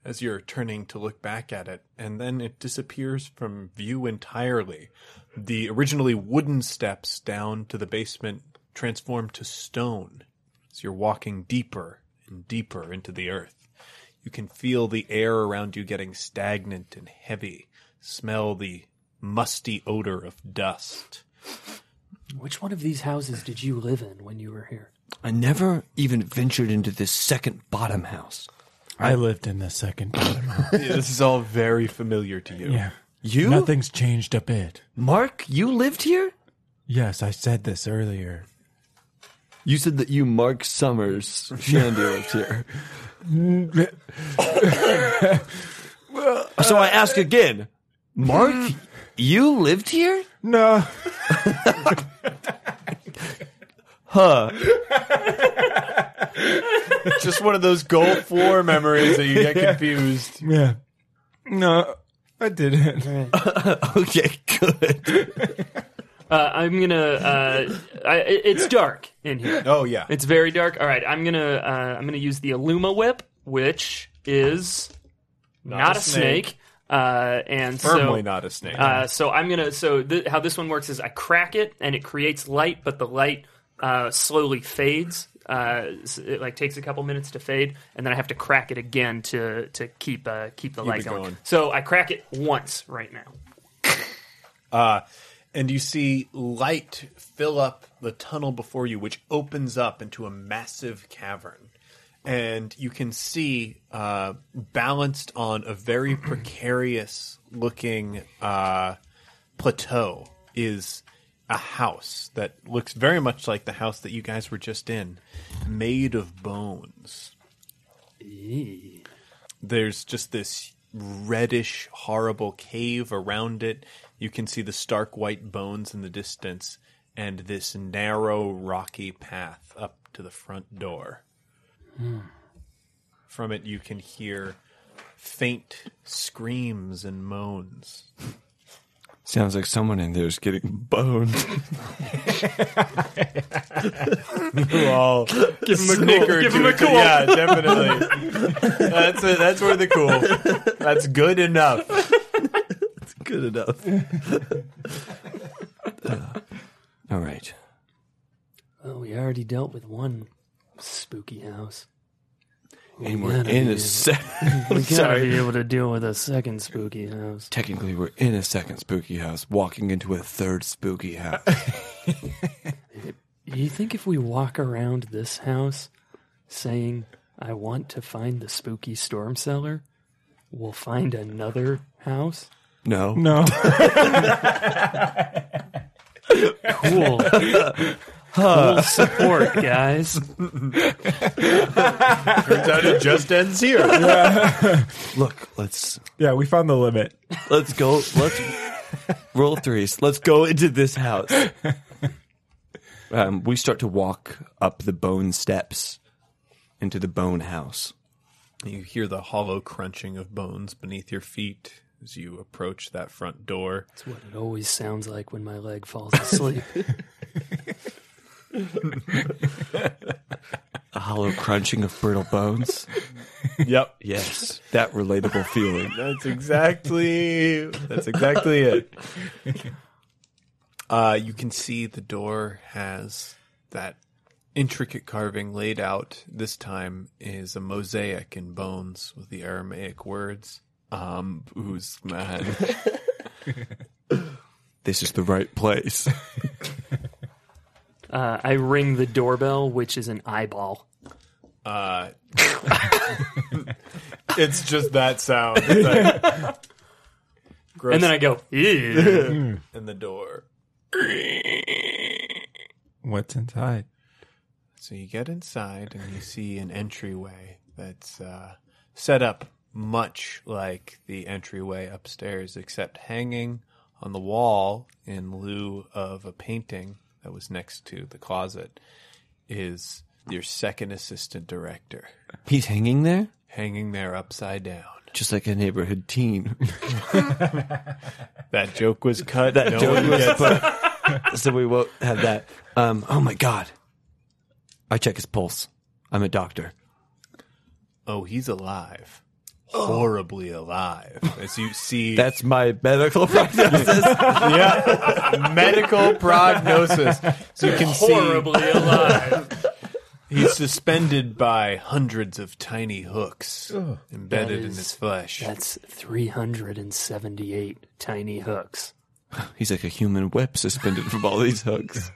S1: as you're turning to look back at it, and then it disappears from view entirely. The originally wooden steps down to the basement transform to stone as you're walking deeper and deeper into the earth. You can feel the air around you getting stagnant and heavy, smell the musty odor of dust.
S3: Which one of these houses did you live in when you were here?
S4: I never even ventured into this second bottom house.
S6: I lived in the second bottom house.
S1: this is all very familiar to you.
S6: Yeah.
S4: You,
S6: Nothing's changed a bit.
S4: Mark, you lived here.
S6: Yes, I said this earlier.
S4: You said that you, Mark Summers, Shandy, lived <laughs> here. so I ask again, Mark, you lived here?
S6: No.
S1: Just one of those gold floor memories that you
S3: <laughs>
S1: get confused.
S6: Yeah. No, I didn't.
S4: Okay, good.
S3: Uh, I'm gonna. Uh, I, it- it's dark in here.
S1: Oh yeah.
S3: It's very dark. All right, I'm gonna. Uh, I'm gonna use the Illuma Whip, which is not, a snake. Uh, and
S1: Firmly
S3: so,
S1: not a snake.
S3: Uh, so I'm gonna. So th- how this one works is I crack it and it creates light, but the light uh, slowly fades. Uh, s- it like takes a couple minutes to fade, and then I have to crack it again to to keep uh, keep the light
S1: it
S3: going.
S1: going.
S3: So I crack it once right now.
S1: Uh, and you see light fill up the tunnel before you, which opens up into a massive cavern. And you can see, uh, balanced on a very <clears throat> precarious looking uh, plateau, is a house that looks very much like the house that you guys were just in, made of bones. there's just this reddish, horrible cave around it. You can see the stark white bones in the distance and this narrow, rocky path up to the front door. From it, you can hear faint screams and moans.
S4: Sounds like someone in there is getting boned.
S1: Give him a snicker. Give him a cool. Yeah, definitely. that's it. that's where the cool. That's good enough.
S4: Good enough. all right.
S3: Oh, we already dealt with one spooky <laughs> house.
S4: And we're in a sec
S3: We gotta
S4: Sorry.
S3: be able to deal with a second spooky house.
S4: Technically, we're in a second spooky house, walking into a third spooky house.
S3: Do you think if we walk around this house saying, I want to find the spooky storm cellar, we'll find another house?
S4: No.
S6: No.
S3: <laughs> Cool. cool support, guys.
S1: Turns out it just ends here.
S4: Look, let's
S6: Yeah, we found the limit.
S4: let's go. Let's roll threes. Let's go into this house. Um, we start to walk up the bone steps into the bone house.
S1: You hear the hollow crunching of bones beneath your feet as you approach that front door.
S3: That's what it always sounds like when my leg falls asleep.
S4: A hollow crunching of brittle bones.
S1: Yep.
S4: Yes, that relatable feeling.
S1: That's exactly that's exactly it. <laughs> Uh, you can see the door has that intricate carving laid out. This time is a mosaic in bones with the Aramaic words. Um, who's <laughs> man?
S4: This is the right place.
S3: <laughs> Uh, I ring the doorbell, which is an eyeball.
S1: Uh, it's just that sound. <laughs> that- Gross.
S3: And then I go, "Ew."
S1: and the door.
S6: What's inside?
S1: So you get inside and you see an entryway that's uh, set up much like the entryway upstairs, except hanging on the wall in lieu of a painting that was next to the closet is your second assistant director
S4: He's hanging there.
S1: hanging there upside down.
S4: just like a neighborhood teen.
S1: That joke
S4: <laughs>
S1: was cut.
S4: That
S1: no
S4: joke
S1: one
S4: was
S1: gets it.
S4: put- <laughs> so we won't have that. Um, oh my god! I check his pulse. I'm a doctor.
S1: Oh, he's alive. Horribly alive. As you see
S4: Oh. That's my medical <laughs>
S1: <laughs>
S4: prognosis. <laughs>
S1: yeah. medical prognosis. So you can
S3: Horribly alive.
S1: see he's suspended by hundreds of tiny hooks embedded in his flesh.
S3: That's 378 tiny hooks.
S4: He's like a human whip suspended from all these hooks.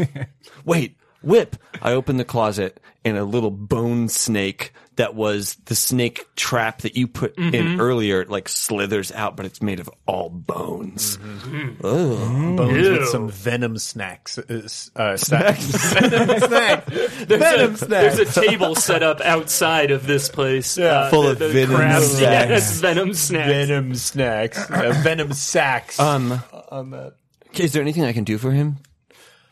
S4: <laughs> Wait, whip! I opened the closet and a little bone snake that was the snake trap that you put in earlier like slithers out, but it's made of all bones. Mm-hmm. Ugh.
S1: Bones
S3: Ew.
S1: with some venom snacks. Uh, s- uh, snacks. venom snacks. venom snacks.
S3: There's a table set up outside of this place. uh,
S4: full
S3: the-
S4: of
S3: the
S4: venom
S3: crabs- Yeah, <laughs>
S4: snacks.
S3: that's venom snacks.
S1: venom snacks.
S6: <coughs>
S1: Uh, venom sacks.
S4: Um, Is there anything I can do for him?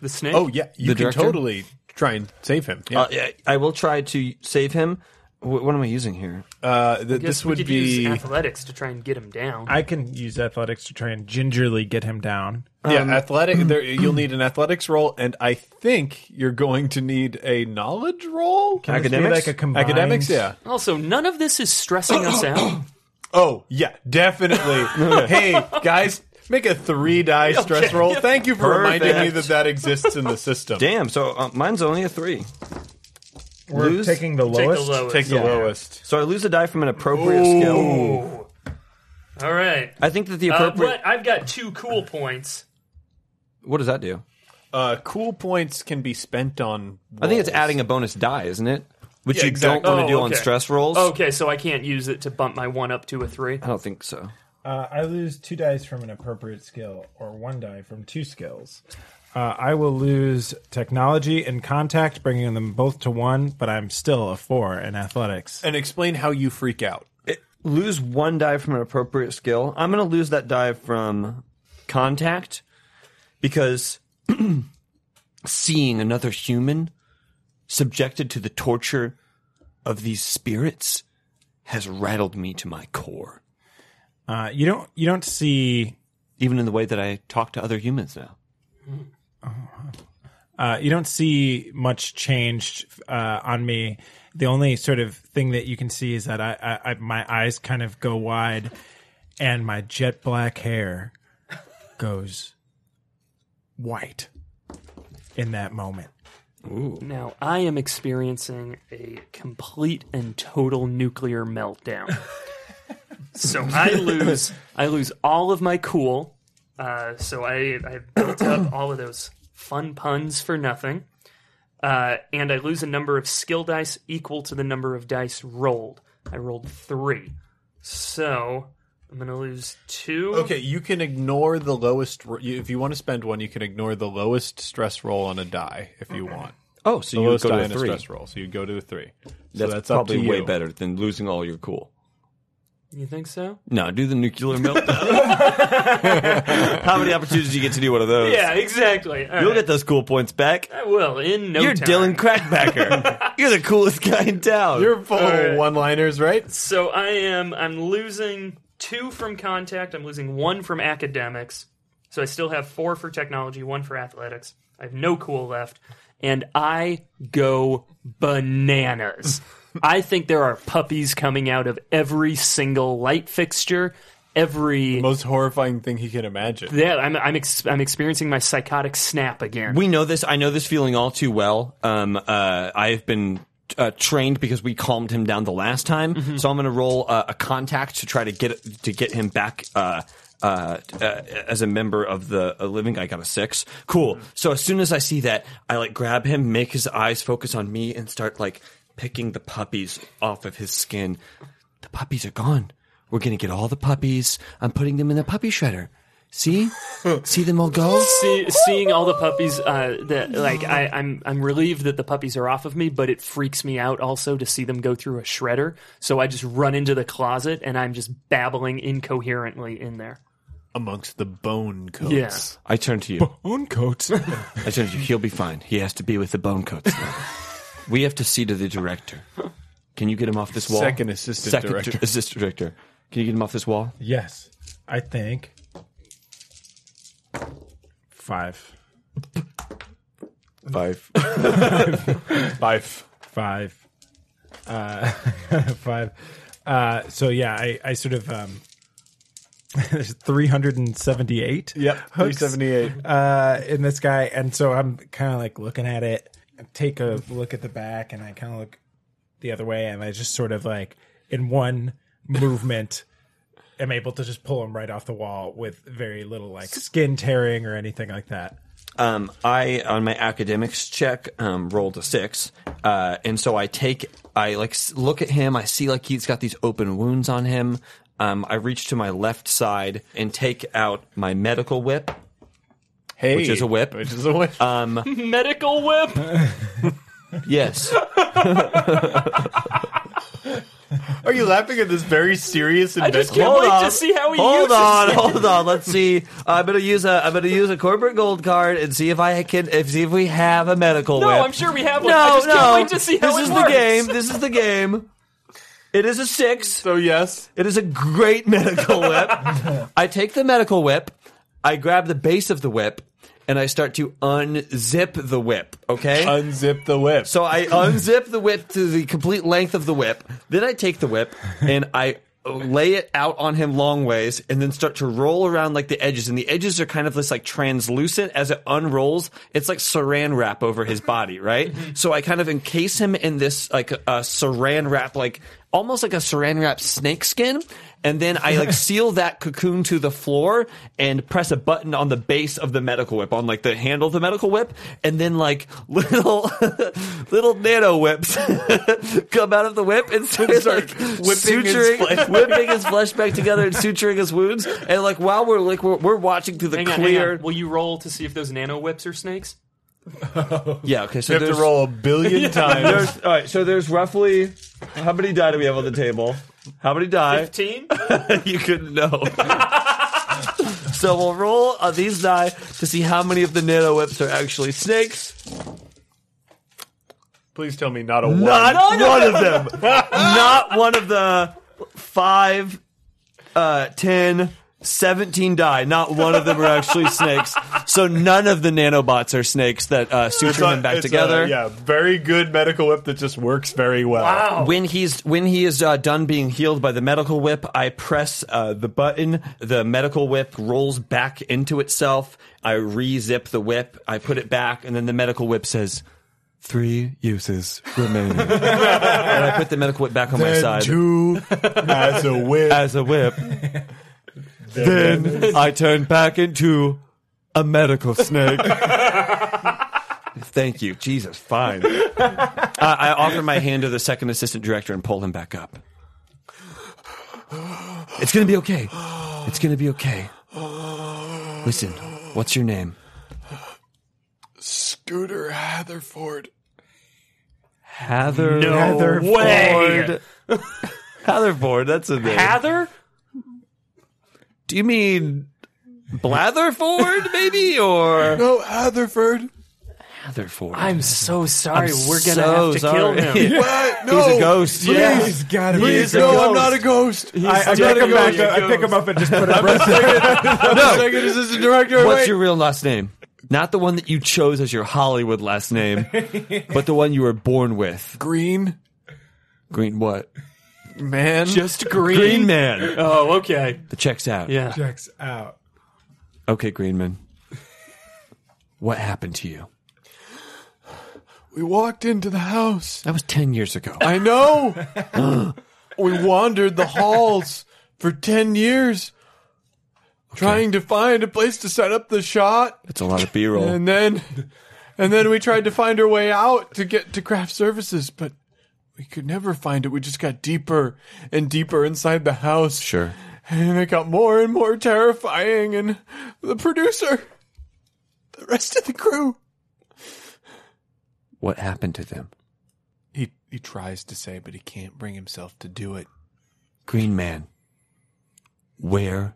S3: The snake?
S1: oh, yeah. You
S4: the
S1: can
S4: director?
S1: totally try and save him. Yeah.
S4: Uh, yeah, I will try to save him. Wh- What am I using here?
S1: Uh, th-
S3: Guess
S1: this
S3: we
S1: would
S3: could
S1: be.
S3: use athletics to try and get him down.
S6: I can use athletics to try and gingerly get him down.
S1: Yeah, athletic. There, you'll need an athletics roll, and I think you're going to need a knowledge roll.
S6: Can this be
S4: Academics?
S6: like a combined,
S1: Academics, yeah.
S3: also, none of this is stressing us out.
S1: Oh, yeah, definitely.
S4: <laughs>
S1: hey, guys, make a three die stress roll. Thank you for reminding me
S4: Perfect.
S1: that that exists in the system.
S4: Damn, so uh, mine's only a three.
S6: We're
S4: Lose?
S6: taking the
S3: Take
S6: lowest.
S3: the lowest.
S1: Take the lowest.
S4: So I lose a die from an appropriate skill.
S3: All right.
S4: I think that the
S3: Uh,
S4: appropriate.
S3: what? I've got two cool points.
S4: what does that do?
S1: Uh, cool points can be spent on.
S4: I think it's
S1: rolls.
S4: adding a bonus die, isn't it? Which
S1: Yeah,
S4: you
S1: exactly.
S4: don't want
S3: Oh,
S4: to do on
S3: okay.
S4: stress rolls.
S3: Okay, so I can't use it to bump my one up to a three.
S4: I don't think so.
S6: Uh, I lose two dice from an appropriate skill, or one die from two skills. Uh, I will lose technology and contact, bringing them both to one, but I'm still a four in athletics.
S1: And explain how you freak out.
S4: lose one die from an appropriate skill. I'm going to lose that die from contact because <clears throat> seeing another human subjected to the torture of these spirits has rattled me to my core,
S6: Uh, you don't you don't see
S4: even in the way that I talk to other humans now.
S6: uh, you don't see much changed uh, on me. The only sort of thing that you can see is that I, I, I my eyes kind of go wide, and my jet black hair goes white in that moment.
S3: Now, I am experiencing a complete and total nuclear meltdown. so I lose, I lose all of my cool. Uh, so I, I built up all of those fun puns for nothing, uh, and I lose a number of skill dice equal to the number of dice rolled. I rolled three, so I'm gonna lose two.
S1: Okay, you can ignore the lowest. ro- you- If you want to spend one, you can ignore the lowest stress roll on a die if you want.
S4: Oh, so
S1: The
S4: you would
S1: lowest
S4: go
S1: die
S4: to a
S1: on a
S4: three.
S1: stress roll, so you go to a three. So
S4: That's,
S1: up
S4: probably
S1: to
S4: way
S1: you.
S4: better than losing all your cool.
S3: You think so?
S4: No, do the nuclear <laughs> meltdown. How many opportunities do you get to do one of those?
S3: Yeah, exactly. All
S4: You'll
S3: right.
S4: get those cool points back.
S3: I will in no
S4: You're
S3: time. <laughs>
S4: Dylan Crackbacker. You're the coolest guy in town.
S1: You're full
S3: All right.
S1: of one-liners, right?
S3: So I am I'm losing two from contact, I'm losing one from academics. So I still have four for technology, one for athletics. I have no cool left. And I go
S4: <laughs>
S3: bananas. I think there are puppies coming out of every single light fixture, every
S1: Most horrifying thing he can imagine.
S3: yeah, I'm I'm, ex- I'm experiencing my psychotic snap again.
S4: we know this. I know this feeling all too well. Um, uh, I've been uh, trained because we calmed him down the last time. So I'm going to roll uh, a contact to try to get to get him back. Uh, uh, uh, as a member of the uh, living, I got a six. Cool. So as soon as I see that, I like grab him, make his eyes focus on me, and start like picking the puppies off of his skin. The puppies are gone. We're gonna get all the puppies. I'm putting them in the puppy shredder. <laughs> See, see them all go.
S3: See, seeing all the puppies, uh, that like I, I'm I'm relieved that the puppies are off of me, but it freaks me out also to see them go through a shredder. So I just run into the closet and I'm just babbling incoherently in there.
S1: Amongst the bone coats.
S3: Yeah.
S4: I turn to you.
S10: Own coats. <laughs>
S4: I
S1: <laughs>
S4: said, he'll be fine. He has to be with the bone coats now. we have to see to the director. Can you get him off this wall?
S1: Second assistant
S4: Second
S1: director.
S4: dir- <laughs> assistant director. Can you get him off this wall?
S6: Yes, I think. Five.
S4: Five.
S1: Five.
S6: five uh <laughs> five uh so yeah i i sort of um <laughs> there's 378
S1: <laughs> Yep.
S6: hooks,
S1: 378.
S6: uh in this guy and so i'm kind of like looking at it I take a look at the back and i kind of look the other way and i just sort of like
S10: <laughs>
S6: in one movement am able to just pull him right off the wall with very little like skin tearing or anything like that
S4: um, I on my academics check um, rolled a six, uh, and so I take I like s- look at him. I see like he's got these open wounds on him. Um, I reach to my left side and take out my medical whip.
S1: Hey.
S4: Which is a whip.
S1: Which is a whip.
S4: Uh,
S3: Medical whip.
S4: <laughs> Yes,
S1: Are you laughing at this very serious
S3: I just
S1: invention?
S3: can't
S4: hold
S3: wait
S4: on.
S3: to see how he
S4: hold
S3: uses
S4: on,
S3: it.
S4: hold on. Let's see. Uh, I'm gonna use a I'm gonna use a corporate gold card and see if I can if see if we have a medical
S3: No,
S4: whip.
S3: I'm sure we have one.
S4: No,
S3: I just
S4: no.
S3: can't wait to see how
S4: this
S3: it
S4: is
S3: works.
S4: the game. This is the game. It is a six.
S1: So yes.
S4: It is a great <laughs> medical whip. I take the medical whip, I grab the base of the whip, and I start to unzip the whip, okay?
S1: Unzip the whip.
S4: so I unzip the whip to the complete length of the whip. Then I take the whip and I lay it out on him long ways and then start to roll around like the edges and the edges are kind of this like translucent as it unrolls it's like saran wrap over his body right so i kind of encase him in this like uh, a saran wrap like almost like a saran wrap snake skin and then i like seal that cocoon to the floor and press a button on the base of the medical whip on like the handle of the medical whip and then like <laughs> little little nano whips <laughs> come out of the whip and start, like
S1: whipping his
S4: suturing <laughs> whipping his flesh back together and suturing his wounds and like while we're like we're, we're watching through the
S3: Hang on, hang
S4: clear
S3: on. Will you roll to see if those nano whips are snakes?
S4: yeah okay so
S1: you have to
S4: there's
S1: roll a billion
S4: <laughs>
S1: <laughs> times.
S4: there's all right so there's roughly how many die do we have on the table how many die <laughs>
S3: Fifteen.
S4: you couldn't know. <laughs> so we'll roll on these die to see how many of the nano whips are actually snakes.
S1: Please tell me not a
S4: Not
S1: one.
S4: one of them. Not one of the five, uh, 10, 17 die. Not one of them are actually snakes. So none of the nanobots are snakes that uh,
S1: It's
S4: suture
S1: a-
S4: them back
S1: it's a-
S4: together.
S1: yeah, very good medical whip that just works very well.
S4: When he's when he is uh, done being healed by the medical whip, I press uh, the button. The medical whip rolls back into itself. I re-zip the whip. I put it back, and then the medical whip says, three uses remaining." and I put the medical whip back on my side <laughs> Uh,
S1: Two as a whip.
S4: as
S3: <laughs>
S4: a whip. then I turn back into a medical snake. <laughs> Thank you, Jesus. Fine. I, I offer my hand to the second assistant director and pull him back up. It's gonna be okay. It's gonna be okay. Listen, what's your name?
S1: Scooter Hatherford.
S4: Hather.
S6: Oh,
S3: No
S4: <laughs>
S3: way.
S4: Hatherford. That's a name.
S3: Hather.
S4: Do you mean Blatherford, maybe, or
S1: <laughs> No, Hatherford.
S4: Hatherford?
S3: I'm so sorry.
S4: I'm
S3: We're gonna
S4: so
S3: have to
S4: sorry.
S3: kill
S4: <laughs>
S3: him.
S1: What? No.
S4: He's a ghost. Yeah.
S6: he's gotta be
S1: Please,
S4: a
S1: no, I'm
S4: ghost.
S1: not a ghost.
S6: I, I pick him back up, I pick him up and just <laughs> put him
S1: Second assistant director.
S4: What's
S1: wait.
S4: your real last name? Not the one that you chose as your Hollywood
S3: <laughs>
S4: last name, but the one you were born with.
S1: green
S4: Green what?
S1: man?
S3: Just green.
S4: Green Man.
S3: Oh, okay.
S4: The checks out.
S3: Yeah.
S6: checks out
S4: Okay, Greenman. What happened to you?
S1: we walked into the house.
S4: That was 10 years ago.
S1: I know. we wandered the halls for 10 years trying to find a place to set up the shot
S4: That's a lot of
S3: <laughs>
S4: B roll.
S1: and then and then we tried to find our way out to get to craft services but we could never find it. We just got deeper and deeper inside the house.
S4: Sure.
S1: And it got more and more terrifying and the producer the rest of the crew
S4: What happened to them?
S1: he he tries to say but he can't bring himself to do it.
S4: Green Man. Where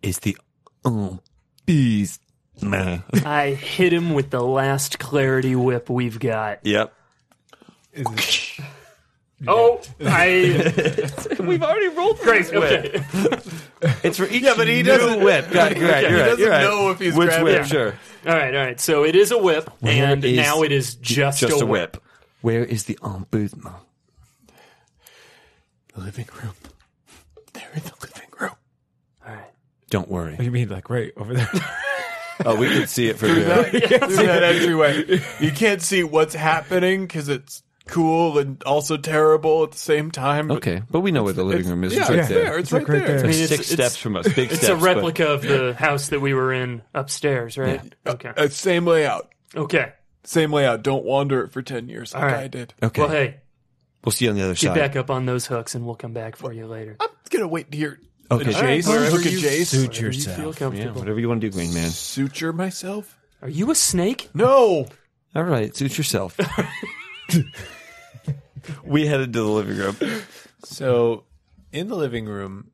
S4: is the um, beast <laughs> man?
S3: I hit him with the last clarity whip we've got.
S4: yep.
S3: Oh, I <laughs>
S4: We've already rolled for
S3: great.
S4: this whip.
S3: Okay.
S4: It's for each yeah, but he doesn't whip. Got, you're right, you're right,
S1: doesn't
S4: you're right.
S1: know if he's
S4: which
S1: grabbing
S4: whip.
S3: it.
S4: Sure,
S3: All right, all right. So it is a whip, and
S4: is
S3: now it is just, a whip.
S4: Where is the um, ombudsman?
S1: The living room. They're in the living <laughs> room.
S3: All right.
S4: Don't worry.
S11: You mean like right over
S6: <laughs>
S11: there?
S4: <laughs> Oh, we can see it from here.
S1: Through that entryway. <laughs> You can't see what's happening because it's cool and also terrible at the same time. but-
S4: Okay, but we know where the living room is.
S1: Yeah,
S4: It's right
S1: it's there.
S4: there.
S1: It's,
S11: like
S1: right,
S11: right
S1: there.
S11: there.
S4: It's
S3: it's-
S4: six
S3: it's-
S4: steps from us. Big
S3: It's
S4: steps.
S3: a
S4: but-
S3: replica of the house that we were in upstairs, right? Okay.
S1: Uh, same layout.
S3: Okay.
S1: Same layout. Don't wander it for 10 years like
S3: All
S1: I
S3: right.
S1: did.
S4: Okay,
S3: Well, hey,
S4: we'll see you on the other
S3: get
S4: side.
S3: back up on those hooks, and we'll come back for you later.
S1: I'm going to wait here.
S4: Okay.
S1: Jace, look at
S3: you
S1: Jace.
S3: Whatever you feel
S4: Yeah,
S3: comfortable.
S4: whatever you want to do, Green Man.
S1: Suture myself?
S3: Are you a snake?
S1: No.
S4: All right, suit yourself. <laughs> we headed to the living room.
S1: So, in the living <laughs> room,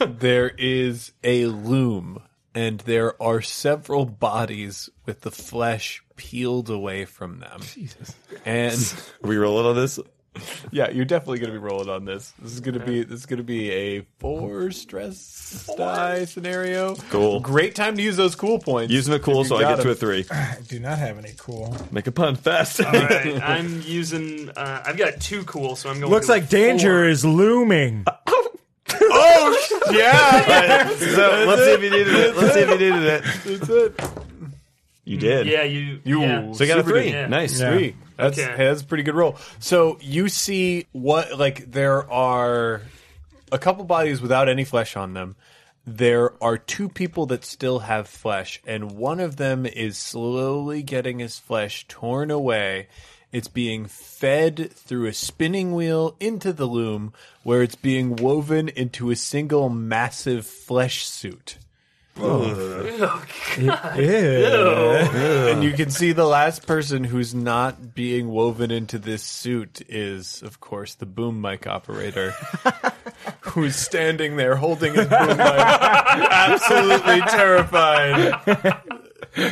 S1: there is a loom, and there are several bodies with the flesh peeled away from them. Jesus. And
S4: We rolling on this.
S1: <laughs> yeah, you're definitely going to be rolling on this. This is going to be this is going to be a four stress die scenario.
S4: Cool.
S1: Great time to use those cool points.
S4: Using the cool,
S1: If
S4: so
S1: you
S4: I get
S1: got
S4: to a
S1: them.
S4: three.
S6: I do not have any cool.
S4: Make a
S1: <laughs>
S4: pun fast.
S3: All right, I'm using. Uh, I've got two cool, so I'm going.
S6: Looks
S3: to
S6: like danger is <laughs> looming.
S4: so <laughs> let's see if you needed it. Let's see if you needed it. That's it. You did.
S3: Yeah, you.
S1: You-
S3: yeah.
S4: So you got a
S1: Super
S4: three.
S3: good. Yeah.
S4: Nice.
S1: Three. That's
S3: Okay.
S1: that's a pretty good roll. So you see what like there are a couple bodies without any flesh on them. There are two people that still have flesh, and one of them is slowly getting his flesh torn away. It's being fed through a spinning wheel into the loom, where it's being woven into a single massive flesh suit. And you can see the last person who's not being woven into this suit is, of course, the boom mic operator, who's standing there holding his boom mic, absolutely terrified.
S6: he,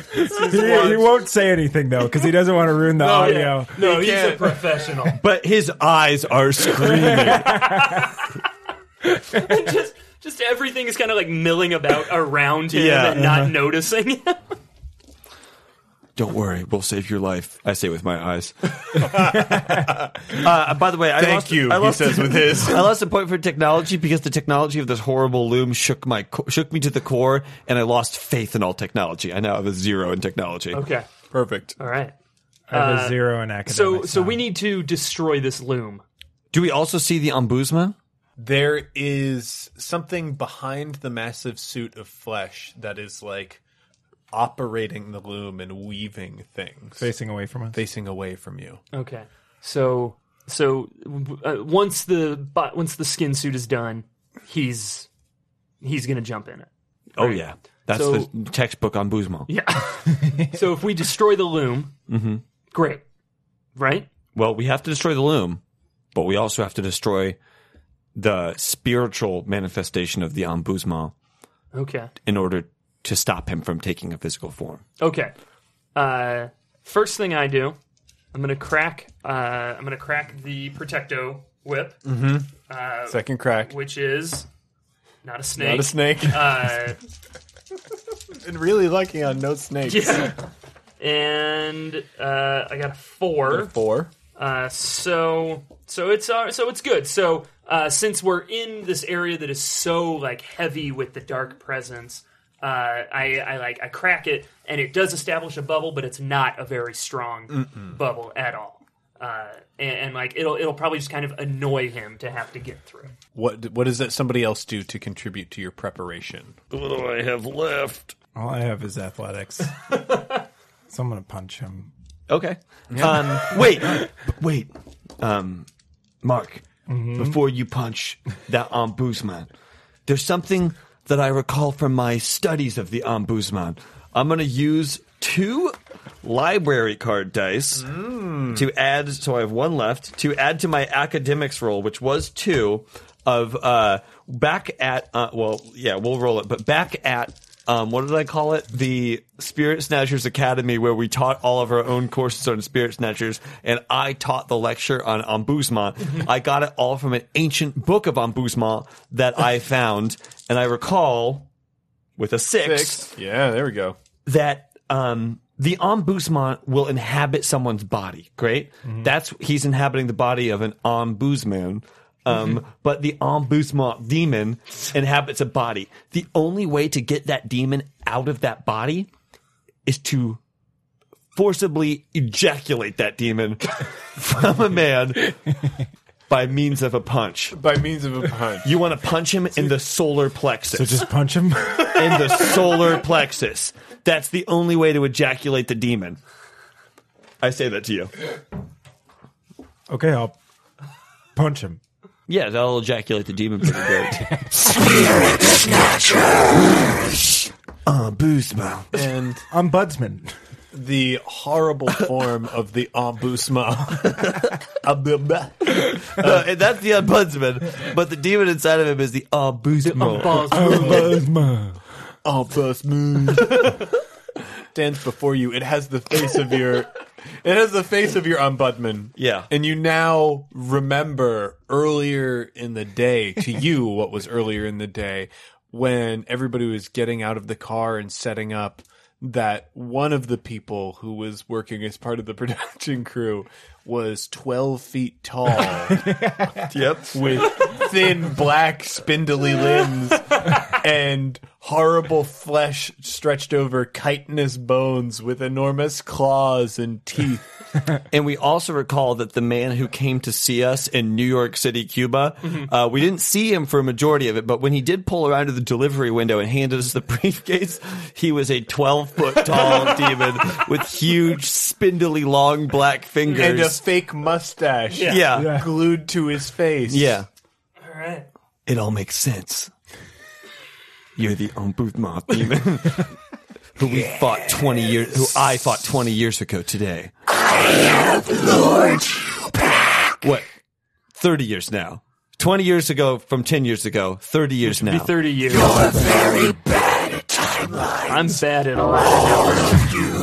S6: he won't say anything though because he doesn't want to
S3: <laughs>
S6: ruin the
S3: Oh,
S6: audio.
S3: No, he's a
S1: can't.
S3: professional.
S4: But his eyes
S1: <laughs>
S4: are screaming.
S3: <laughs> just, just everything is kind of like milling about around him
S4: Yeah.
S3: and not noticing. <laughs>
S4: Don't worry, we'll save your life. I say with my
S1: <laughs>
S4: eyes. <laughs> uh, by the way, I
S1: Thank
S4: lost,
S1: you,
S4: I
S1: he
S4: lost,
S1: says with his.
S4: <laughs> I lost a point for technology because the technology of this horrible loom shook my co- shook me to the core, and I lost faith in all technology. I now have a zero in technology.
S3: okay.
S1: Perfect.
S3: All right.
S6: I have a
S3: Uh,
S6: zero in academics.
S3: So, so
S6: now.
S3: we need to destroy this loom.
S4: Do we also see the ombudsman?
S1: There is something behind the massive suit of flesh that is like operating the loom and weaving things,
S6: facing away from us.
S1: facing away from you.
S3: Okay. So, so uh, once the but once the skin suit is done, he's he's gonna jump in it.
S4: Oh yeah, that's
S3: So-
S4: the textbook ombudsman.
S3: So if we destroy the loom, great, right?
S4: Well, we have to destroy the loom, but we also have to destroy the spiritual manifestation of the ombudsman
S3: Okay.
S4: in order to stop him from taking a physical form.
S3: Okay. Uh, first thing I do, I'm gonna crack. Uh, I'm gonna crack the protecto whip,
S1: Second crack.
S3: which is not a snake.
S1: Not a snake.
S3: Uh,
S1: <laughs> and really lucky on no snakes.
S3: yeah. And uh, I got a four.
S1: Four.
S3: Uh, so so it's uh, so it's good. So uh, since we're in this area that is so like heavy with the dark presence, uh, I, I like I crack it and it does establish a bubble, but it's not a very strong bubble at all. Uh, and, and like it'll it'll probably just kind of annoy him to have to get through.
S1: What what does that somebody else do to contribute to your preparation?
S6: All I have is
S3: <laughs>
S6: athletics. so I'm gonna punch him.
S4: Okay. Um, wait, b- wait, um, Mark. Before you punch that ombudsman, there's something that I recall from my studies of the ombudsman. I'm going to use two library card dice to add. So I have one left to add to my academics roll, which was two of uh, back at. Uh, well, yeah, we'll roll it, but back at um, what did I call it? The Spirit Snatchers Academy, where we taught all of our own courses on Spirit Snatchers, and I taught the lecture on Ombudsman. I got it all from an ancient book of Ombudsman that I found, and I recall with a six
S5: Yeah, there we go.
S4: that um, the ombudsman will inhabit someone's body. Great, that's he's inhabiting the body of an ombudsman. Um, but the ombudsman demon inhabits a body. The only way to get that demon out of that body is to forcibly ejaculate that demon from a man by means of a punch.
S5: By means of a punch.
S4: You want to punch him in the solar plexus
S10: So just punch
S6: <laughs>
S10: him.
S4: in the solar plexus. That's the only way to ejaculate the demon. I say that to you.
S10: okay, I'll punch him.
S4: Yeah, that'll ejaculate the demon pretty <laughs> good. Ah,
S1: And
S10: Ombudsman.
S1: the horrible form of the ombudsman.
S4: Uh, and that's the ombudsman, but the demon inside of him is the ombudsman.
S10: Ombudsman.
S1: <laughs> Ombudsman stands before you. It has the face of your. It has the face of your ombudsman.
S4: Yeah.
S1: And you now remember earlier in the day,
S4: <laughs>
S1: to you, what was earlier in the day, when everybody was getting out of the car and setting up, that one of the people who was working as part of the <laughs> production crew was 12 feet tall
S4: <laughs> Yep.
S1: with thin, black, spindly limbs and horrible flesh stretched over chitinous bones with enormous claws and
S3: <laughs>
S1: teeth.
S4: And we also recall that the man who came to see us in New York City, Cuba, uh, we didn't see him for a majority of it, but when he did pull around to the delivery window and handed us the <laughs> briefcase, he was a 12 foot tall demon with huge, spindly, long black fingers.
S1: And a fake mustache
S4: Yeah. Yeah.
S1: glued to his face.
S4: Yeah.
S3: All right.
S4: It all makes sense. You're the ombudsman demon <laughs> who we fought 20 years, who I fought 20 years ago today. I have lured you back. What? 30 years now. 20 years ago from 10 years ago, 30 years
S3: Be
S4: now.
S3: 30 years. You're very bad at timelines. I'm bad at a lot.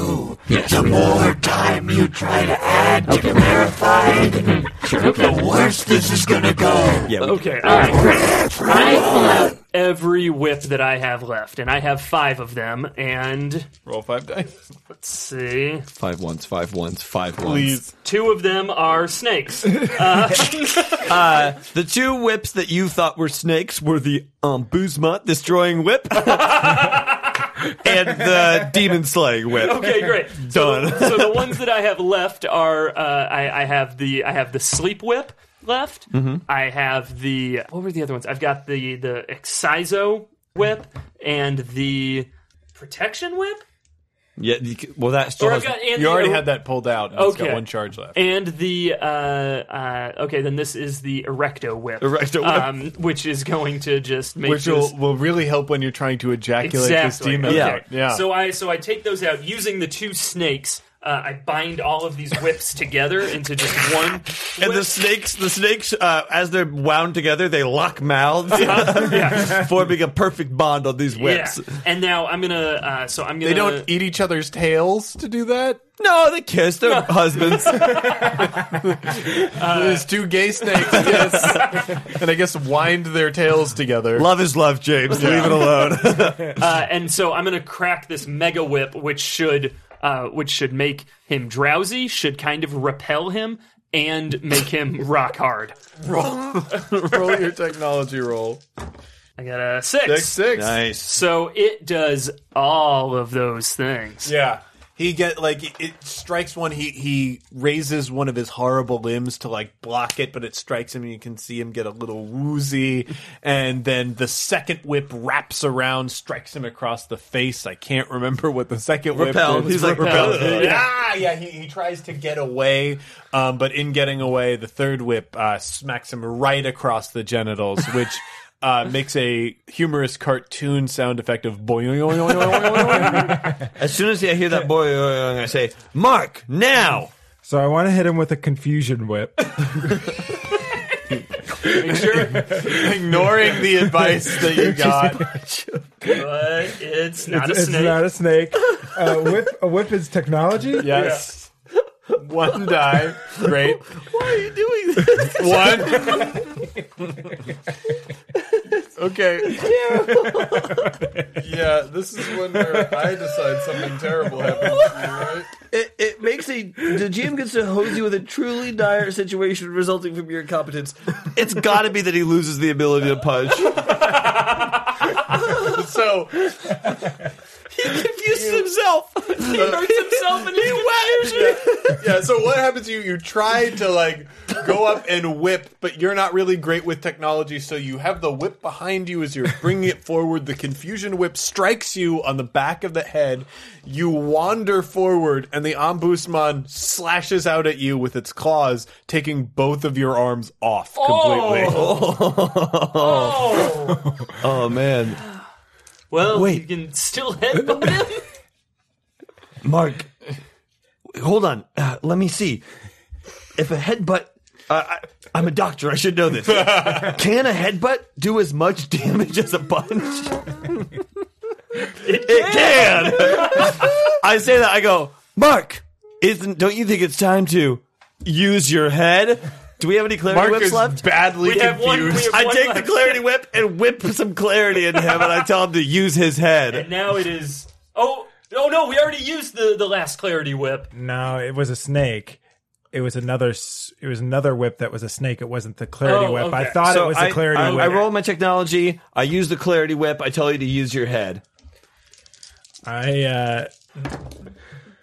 S7: The more time you try to add to the verified, the worse this is gonna go.
S4: Yeah, we-
S3: Okay, all right. I pull out every whip that I have left, and I have five of them. And
S5: Roll five dice.
S3: let's see,
S4: five ones, five ones, five ones.
S3: two of them are snakes. Uh,
S4: Uh, The two whips that you thought were snakes were the ombudsman destroying whip <laughs> and the demon slaying whip.
S3: <laughs> Okay, great. So,
S4: Done.
S3: so the ones that I have left are uh, I, I have the I have the sleep whip left.
S1: Mm-hmm.
S3: I have the what were the other ones? I've got the the exciso whip and the protection whip.
S4: Yeah, you c- well, that still
S3: Or I've
S4: has
S3: got
S1: Oh,
S3: and
S1: You
S3: the-
S1: already had that pulled out. and It's
S3: Okay.
S1: got one charge left.
S3: And the uh, uh, okay, then this is the erecto whip,
S4: Erecto whip.
S3: um, which is going to just make
S1: Which
S3: this
S1: will, will really help when you're trying to ejaculate this
S3: exactly.
S1: demon.
S3: Okay.
S4: Yeah.
S1: Yeah.
S3: So I so I take those out using the two snakes. Uh, I bind all of these whips together into just one.
S1: <laughs>
S4: And
S3: whip.
S4: the snakes, the snakes, uh, as they're wound together, they lock mouths,
S3: <laughs> yeah.
S4: forming a perfect bond on these whips.
S3: Yeah. And now I'm gonna. Uh, so I'm gonna.
S1: they don't eat each other's tails to do that.
S4: No, they kiss. They're <laughs> husbands.
S1: There's two gay
S3: <laughs>
S1: snakes, yes. and I guess wind their tails together.
S4: love is love, James. Leave
S3: <laughs>
S4: it alone.
S3: Uh, and so I'm gonna crack this mega whip, which should uh, which should make him drowsy, should kind of repel him, and make him rock hard.
S1: Roll your technology roll.
S3: I got a six.
S1: Six six.
S4: nice.
S3: So it does all of those things.
S1: Yeah. He get like it- it strikes one. He he raises one of his horrible limbs to like block it, but it strikes him. and You can see him get a little woozy, and then the second whip wraps around, strikes him across the face. I can't remember what the second
S4: Repelled.
S1: whip. was.
S4: He's like,
S1: Repelled.
S4: "Ugh."
S1: Yeah, yeah. He, he tries to get away, um, but in getting away, the third whip uh, smacks him right across the
S4: <laughs>
S1: genitals, which. Uh, makes a humorous cartoon sound effect of boing.
S4: As soon as I hear that boy, I say, "Mark, now!"
S10: So I want to hit him with a confusion whip.
S1: Ignoring the advice that
S4: <laughs>
S1: you got.
S3: but it's not a
S12: It's
S3: snake.
S12: not a snake. Uh,
S4: <laughs>
S12: whip, a whip is technology.
S1: Yes. One die. Great. Why are you doing this? One. okay.
S13: Yeah, this is when where I decide something terrible happens to me, right?
S14: It, it makes a the GM gets to hose you with a truly dire situation resulting from your incompetence.
S4: It's got to be that he loses the ability to
S3: <laughs>
S4: punch.
S1: So
S14: Confuses himself. he hurts himself
S3: <laughs>
S14: and he wears
S1: yeah, so what happens to you? You try to like go up and whip, but you're not really great with technology, so you have the whip behind you as you're bringing it forward. The confusion whip strikes you on the back of the head. You wander forward, and the ombudsman slashes out at you with its claws, taking both of your arms off completely.
S4: Oh man,
S3: Well,
S4: Wait.
S3: you can still headbutt <laughs> him.
S4: Mark, hold on. Uh, let me see. If a headbutt, uh, I, I'm a doctor. I should know this. Can a headbutt do as much damage as a punch? It can. I say that. I go, Mark. Isn't? Don't you think it's time to use your head? Do we have any clarity
S1: Mark
S4: whips
S1: is
S4: left?
S1: badly
S3: We have one- <laughs> we
S1: confused.
S3: have
S4: I
S3: one
S4: take
S3: left.
S4: the clarity whip and whip some clarity into him, and I tell him to use his
S3: <laughs>
S4: head.
S3: Now it is. Oh, oh no! We already used the the last clarity whip.
S6: No, it was a snake. It was another. s- It was another whip that was a snake. It wasn't the clarity
S3: Oh,
S6: whip. I
S3: okay.
S6: thought
S4: So
S6: it was the clarity
S4: I, I,
S6: whip.
S4: I roll my technology. I use the clarity whip. I tell you to use your head.
S6: I, uh,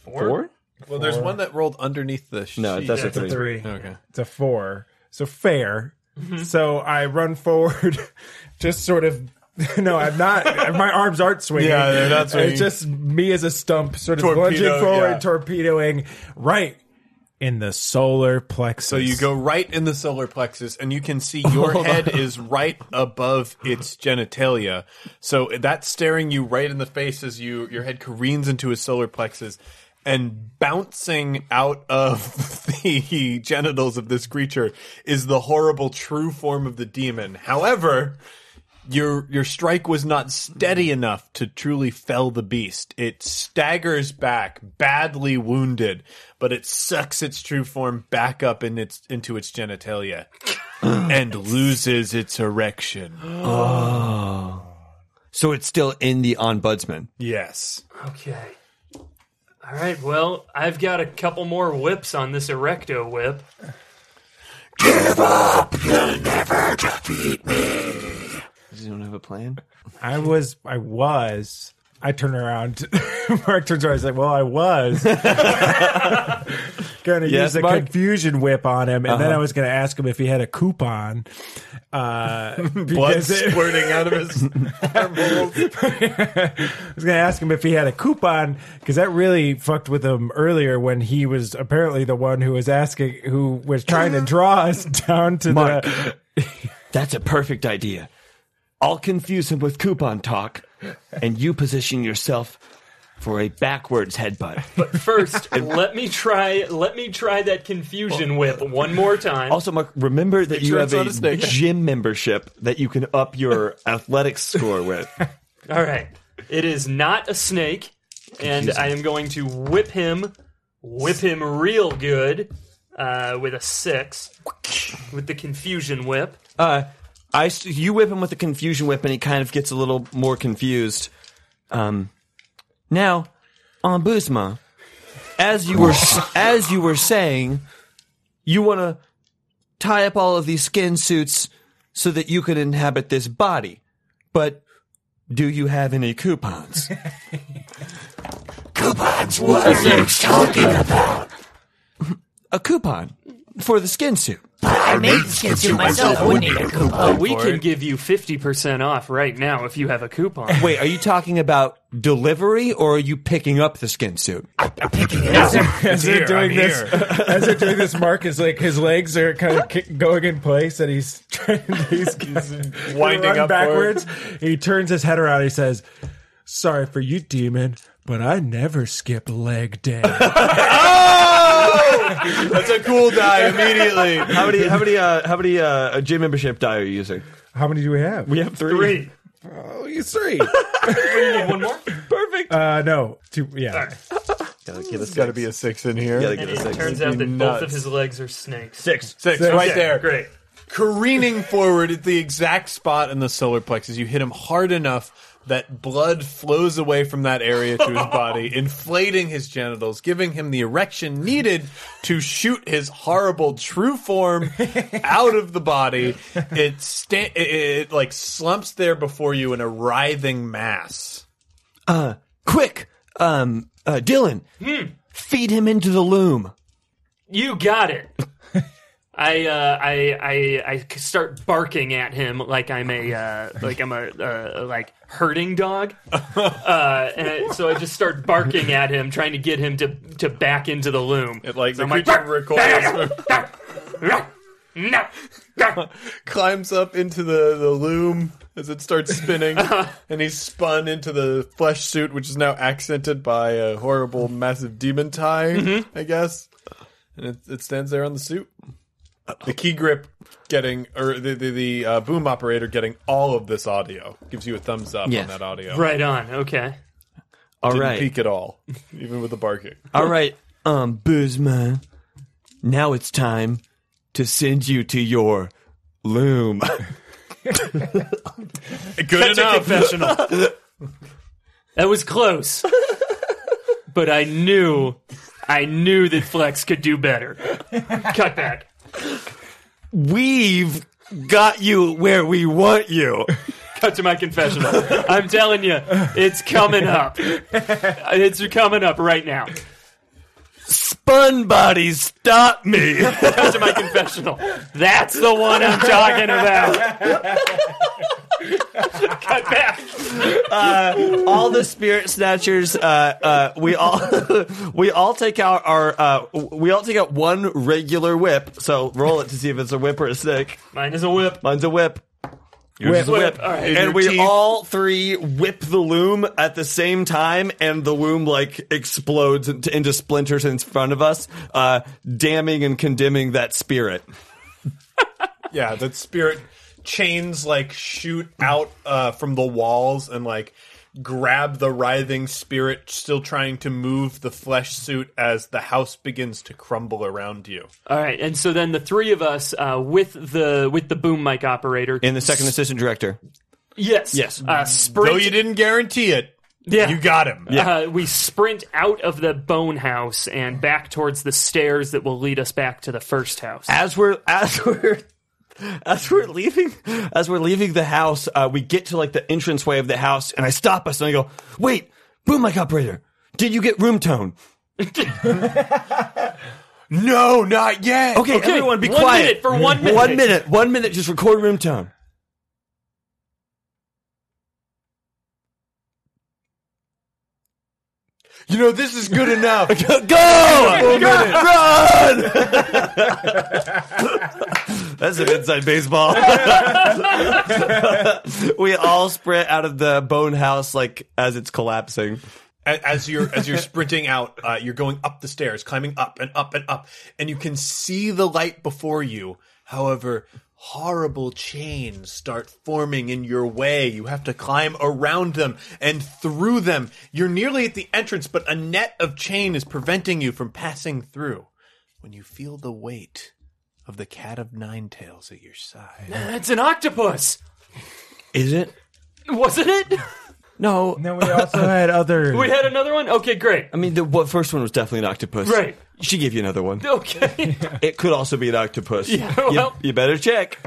S4: Four?
S1: Well, there's one that rolled underneath the sheet.
S4: No, that's a three.
S6: three.
S1: Okay.
S6: It's a four. So fair. so I run forward, <laughs> just sort of. <laughs> No, I'm not. My arms aren't swinging.
S1: Yeah, they're not swinging.
S6: It's just me as a stump, sort of
S1: Torpedo,
S6: lunging forward,
S1: yeah.
S6: torpedoing right in the solar plexus.
S1: So you go right in the solar plexus, and you can see your head is right above its genitalia. So that's staring you right in the face as you your head careens into his solar plexus and bouncing out of <laughs> the genitals of this creature is the horrible true form of the demon. However, your your strike was not steady enough to truly fell the beast. It staggers back, badly wounded, but it sucks its true form back up in its into its <coughs> genitalia and loses its erection.
S4: So it's still in the ombudsman.
S1: Yes.
S3: Okay. All right. Well, I've got a couple more whips on this erecto whip.
S4: You don't have a plan?
S6: I was, I was. I turn around. <laughs> Mark turns around. He's like, "Well, I was <laughs> going to
S4: Yes,
S6: use the
S4: Mark? Uh-huh.
S6: confusion whip on him, and then I was going to ask him if he had a coupon."
S4: <laughs>
S6: Uh,
S1: Blood
S6: because it-
S1: squirting <laughs> out of his
S6: <laughs> I was going to ask him if he had a coupon because that really fucked with him earlier when he was apparently the one who was asking, who was trying to draw us <laughs> down to
S4: Mark.
S6: the.
S4: <laughs> That's a perfect idea. I'll confuse him with coupon talk, and you position yourself for a backwards headbutt.
S1: <laughs>
S3: But <laughs> first, let me try. Let me try that confusion whip one more time.
S4: Also, Mark, remember that you
S1: sure
S4: have
S1: it's not a
S4: a
S1: snake.
S4: gym membership that you can up your athletics score with.
S3: All right. It is not a snake, and I am going to whip him, whip him real good, uh, with a six, with the confusion whip.
S4: Uh, I, s- you whip him with a confusion whip, and he kind of gets a little more confused. Um, now, on Busma, as you were
S7: <laughs>
S4: as you were saying, you want to tie up all of these skin suits so that you can inhabit this body, but do you have any coupons?
S7: <laughs> Coupons, what are you talking about?
S4: <laughs> a coupon for the skin suit.
S7: I made this kid to myself. Wouldn't need a coupon.
S3: We can give you fifty percent off right now if you have a coupon.
S1: <laughs>
S4: Wait, are you talking about delivery, or are you picking up the skin suit?
S6: As they're doing this, <laughs> as they're doing this, Mark is like his legs are kind of kick, going in place, and he's <laughs> trying. He's, he's
S1: winding up
S6: backwards. He turns his head around. He says, "Sorry for you, demon, but I never skip leg day."
S4: Oh! That's a cool die immediately. <laughs> How many? How many? Uh, how many? Uh, gym membership die are you using?
S10: <laughs> How many do we have?
S4: We have three.
S3: Three.
S10: oh, you
S6: <laughs>
S10: three.
S3: We need one more.
S4: Perfect.
S10: uh, no, two.
S3: All
S10: Yeah,
S3: right.
S1: There's got to be a six in here.
S4: Gotta
S3: And
S4: get a
S3: it
S4: six.
S3: turns out that both of his legs are snakes.
S4: Six.
S1: Six,
S10: Six.
S1: right
S3: Okay,
S1: there.
S3: Great.
S1: Careening forward at the exact spot in the solar plexus. You hit him hard enough that blood flows away from that area to his body, inflating his genitals, giving him the erection needed to shoot his horrible true form out of the body. It, sta- it, it like slumps there before you in a writhing mass.
S4: Uh, quick, um, uh, Dylan, feed him into the loom.
S3: You got it. <laughs> I, uh, I I I start barking at him like I'm a uh, like I'm a uh, like
S1: <laughs>
S3: herding dog. Uh, and so I just start barking at him, trying to get him to to back into the loom.
S1: It like
S3: So
S1: the
S3: I'm like,
S1: creature recoils,
S3: no.
S1: climbs up into the, the loom as it starts
S4: <laughs>
S1: spinning, and he's spun into the flesh suit, which is now accented by a horrible massive demon tie,
S4: Mm-hmm.
S1: I guess. And it, it stands there on the suit. The key grip getting, or the the, the uh, boom operator getting all of this audio gives you a thumbs up
S4: Yes.
S1: on that audio.
S3: Right on. Okay.
S4: All
S1: Didn't
S4: right.
S1: peak at all, <laughs> even with the barking.
S4: All right, um, Boozman. Now it's time to send you to your loom. <laughs>
S1: Good enough.
S3: That was close. <laughs> but I knew I knew that Flex could do better. Cut back.
S4: We've got you where we want you. <laughs>
S3: Cut to my confessional. I'm telling you, it's coming up. It's coming up right now.
S4: Spun bodies, stop me.
S3: Cut to my confessional. That's the one I'm talking about. Cut back.
S4: all the spirit snatchers uh, uh, we all <laughs> we all take out our uh, we all take out one regular whip so roll it to see if it's a whip or a stick
S3: Mine is a whip.
S4: mine's a whip Yours is a
S3: Whip,
S4: whip.
S3: all right.
S4: and
S1: Your
S4: we
S1: teeth.
S4: all three whip the loom at the same time, and the loom like explodes into, into splinters in front of us, uh, damning and condemning that spirit.
S1: Yeah, that spirit chains like shoot out uh, from the walls and like grab the writhing spirit, still trying to move the flesh suit as the house begins to crumble around you.
S3: All right, and so then the three of us uh, with the with the boom mic operator.
S4: And the second assistant director,
S3: yes,
S4: Yes.
S3: Uh, sprint.
S1: Though you didn't guarantee it,
S3: Yeah.
S1: you got him.
S3: Uh, we sprint out of the bone house and back towards the stairs that will lead us back to the first house.
S4: as we're as we're as we're leaving as we're leaving the house uh, we get to like the entranceway of the house and i stop us and i go wait boom mic operator did you get room tone
S1: <laughs> No, not yet.
S4: okay, everyone be
S3: one
S4: quiet
S3: minute for one minute.
S4: one minute one minute just record room tone
S1: You know this is good enough.
S4: go <laughs> go run that's an inside baseball <laughs> we all sprint out of the bone house like as it's collapsing
S1: A- as you're as you're sprinting out uh, you're going up the stairs climbing up and up and up and you can see the light before you however horrible chains start forming in your way you have to climb around them and through them you're nearly at the entrance but a net of chain is preventing you from passing through when you feel the weight of the cat of nine tails at your side
S3: That's an octopus,
S4: is it
S3: wasn't it?
S4: no
S6: And then we also had other.
S3: We had another one. Okay, great. <laughs>
S4: I mean, the what, first one was definitely an octopus.
S3: Right.
S4: She gave you another one.
S3: Okay,
S4: It could also be an octopus.
S3: Yeah,
S4: You-
S3: well-
S4: you, better check.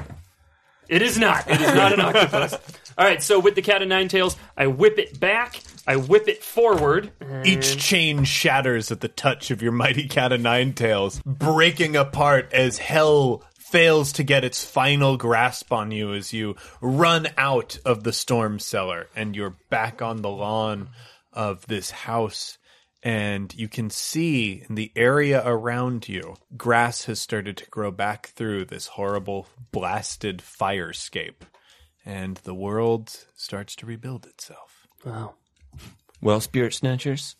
S3: it is not. It is not an octopus. All right, so with the cat of nine tails, I whip it back. I whip it forward.
S1: Each chain shatters at the touch of your mighty cat o' nine tails, breaking apart as hell fails to get its final grasp on you as you run out of the storm cellar and you're back on the lawn of this house. And you can see in the area around you, grass has started to grow back through this horrible, blasted firescape. And the world starts to rebuild itself.
S4: Well, Spirit Snatchers,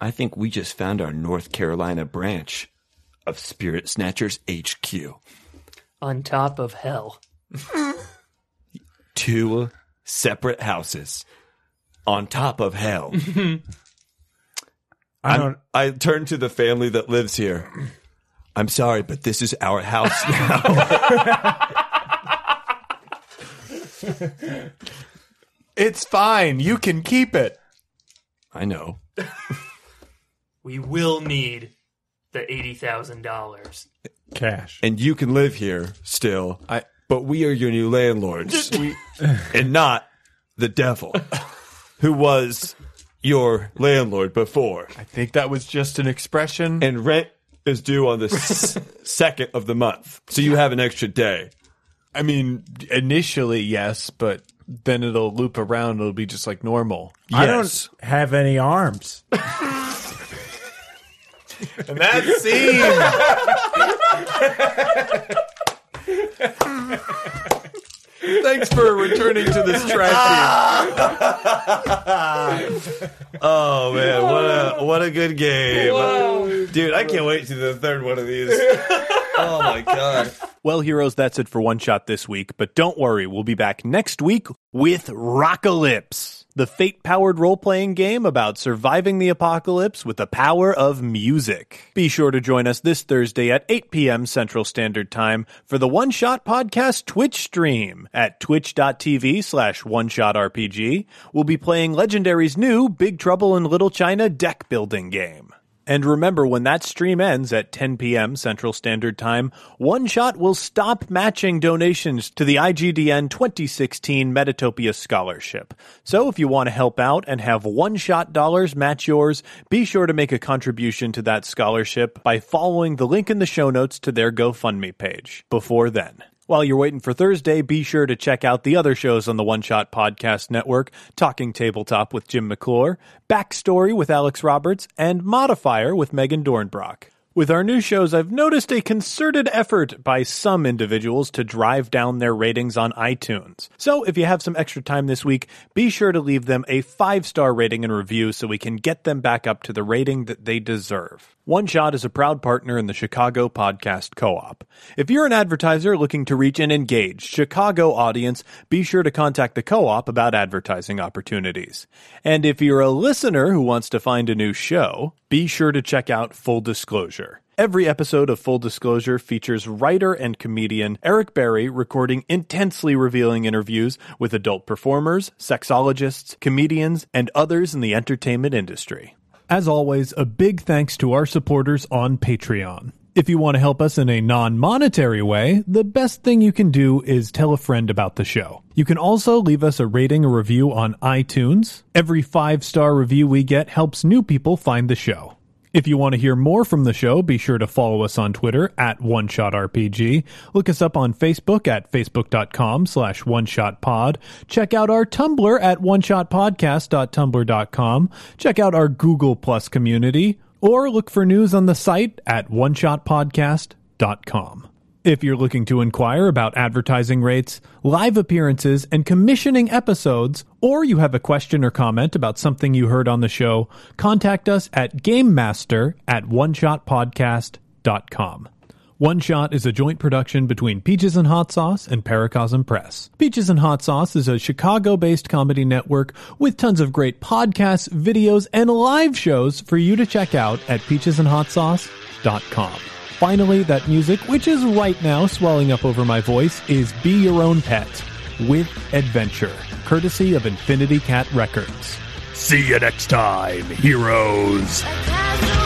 S4: I think we just found our North Carolina branch of Spirit Snatchers HQ.
S3: on top of hell.
S4: Two separate houses on top of hell.
S6: I
S4: I'm-
S6: don't.
S4: I turn to the family that lives here. I'm sorry, but this is our house
S1: <laughs>
S4: now.
S1: It's fine. You can keep it.
S4: I know.
S3: We will need the eighty thousand dollars.
S6: Cash.
S4: And you can live here still.
S1: I-
S4: but we are your new landlords. <laughs> and not the devil, who was your landlord before.
S1: I think that was just an expression.
S4: And rent is due on
S1: <laughs>
S4: the s- second of the month. So you have an extra day.
S1: I mean, initially, yes, but then it'll loop around. It'll be just like normal. <laughs>
S6: I don't have any arms.
S1: And that scene.
S4: Thanks for returning to this trash oh man, what a what a good game, dude! I can't wait to the third one
S1: <laughs>
S4: of these. oh my god!
S1: well, heroes, that's it for one shot this week. But don't worry, we'll be back next week with Rockalypse, the fate powered role playing game about surviving the apocalypse with the power of music. Be sure to join us this Thursday at 8 p.m. Central Standard Time for the One Shot Podcast Twitch stream at twitch.tv slash one shot RPG. We'll be playing Legendary's new Big Trouble in Little China deck building game. And remember, when that stream ends at 10 p.m. Central Standard Time, One Shot will stop matching donations to the IGDN 2016 Metatopia Scholarship. So if you want to help out and have One Shot dollars match yours, be sure to make a contribution to that scholarship by following the link in the show notes to their GoFundMe page before then. While you're waiting for Thursday, be sure to check out the other shows on the One Shot Podcast Network Talking Tabletop with Jim McClure, Backstory with Alex Roberts, and Modifier with Megan Dornbrock. With our new shows, I've noticed a concerted effort by some individuals to drive down their ratings on iTunes. So if you have some extra time this week, be sure to leave them a five star rating and review so we can get them back up to the rating that they deserve. One Shot is a proud partner in the Chicago Podcast Co op. If you're an advertiser looking to reach an engaged Chicago audience, be sure to contact the co op about advertising opportunities. And if you're a listener who wants to find a new show, be sure to check out Full Disclosure. Every episode of Full Disclosure features writer and comedian Eric Berry recording intensely revealing interviews with adult performers, sexologists, comedians, and others in the entertainment industry. As always, a big thanks to our supporters on Patreon. If you want to help us in a non monetary way, the best thing you can do is tell a friend about the show. You can also leave us a rating or review on iTunes. Every five star review we get helps new people find the show. If you want to hear more from the show, be sure to follow us on Twitter at One Shot RPG. Look us up on Facebook at facebook.com slash one shot pod. Check out our Tumblr at one shot oneshotpodcast.tumblr.com. Check out our Google Plus community, or look for news on the site at one shot oneshotpodcast.com. If you're looking to inquire about advertising rates, live appearances, and commissioning episodes, or you have a question or comment about something you heard on the show, contact us at gamemaster at oneshotpodcast.com. One Shot is a joint production between Peaches and Hot Sauce and Paracosm Press. Peaches and Hot Sauce is a Chicago based comedy network with tons of great podcasts, videos, and live shows for you to check out at peachesandhotsauce.com. Finally, that music, which is right now swelling up over my voice, is Be Your Own Pet with Adventure, courtesy of Infinity Cat Records. See you next time, heroes.
S2: A casual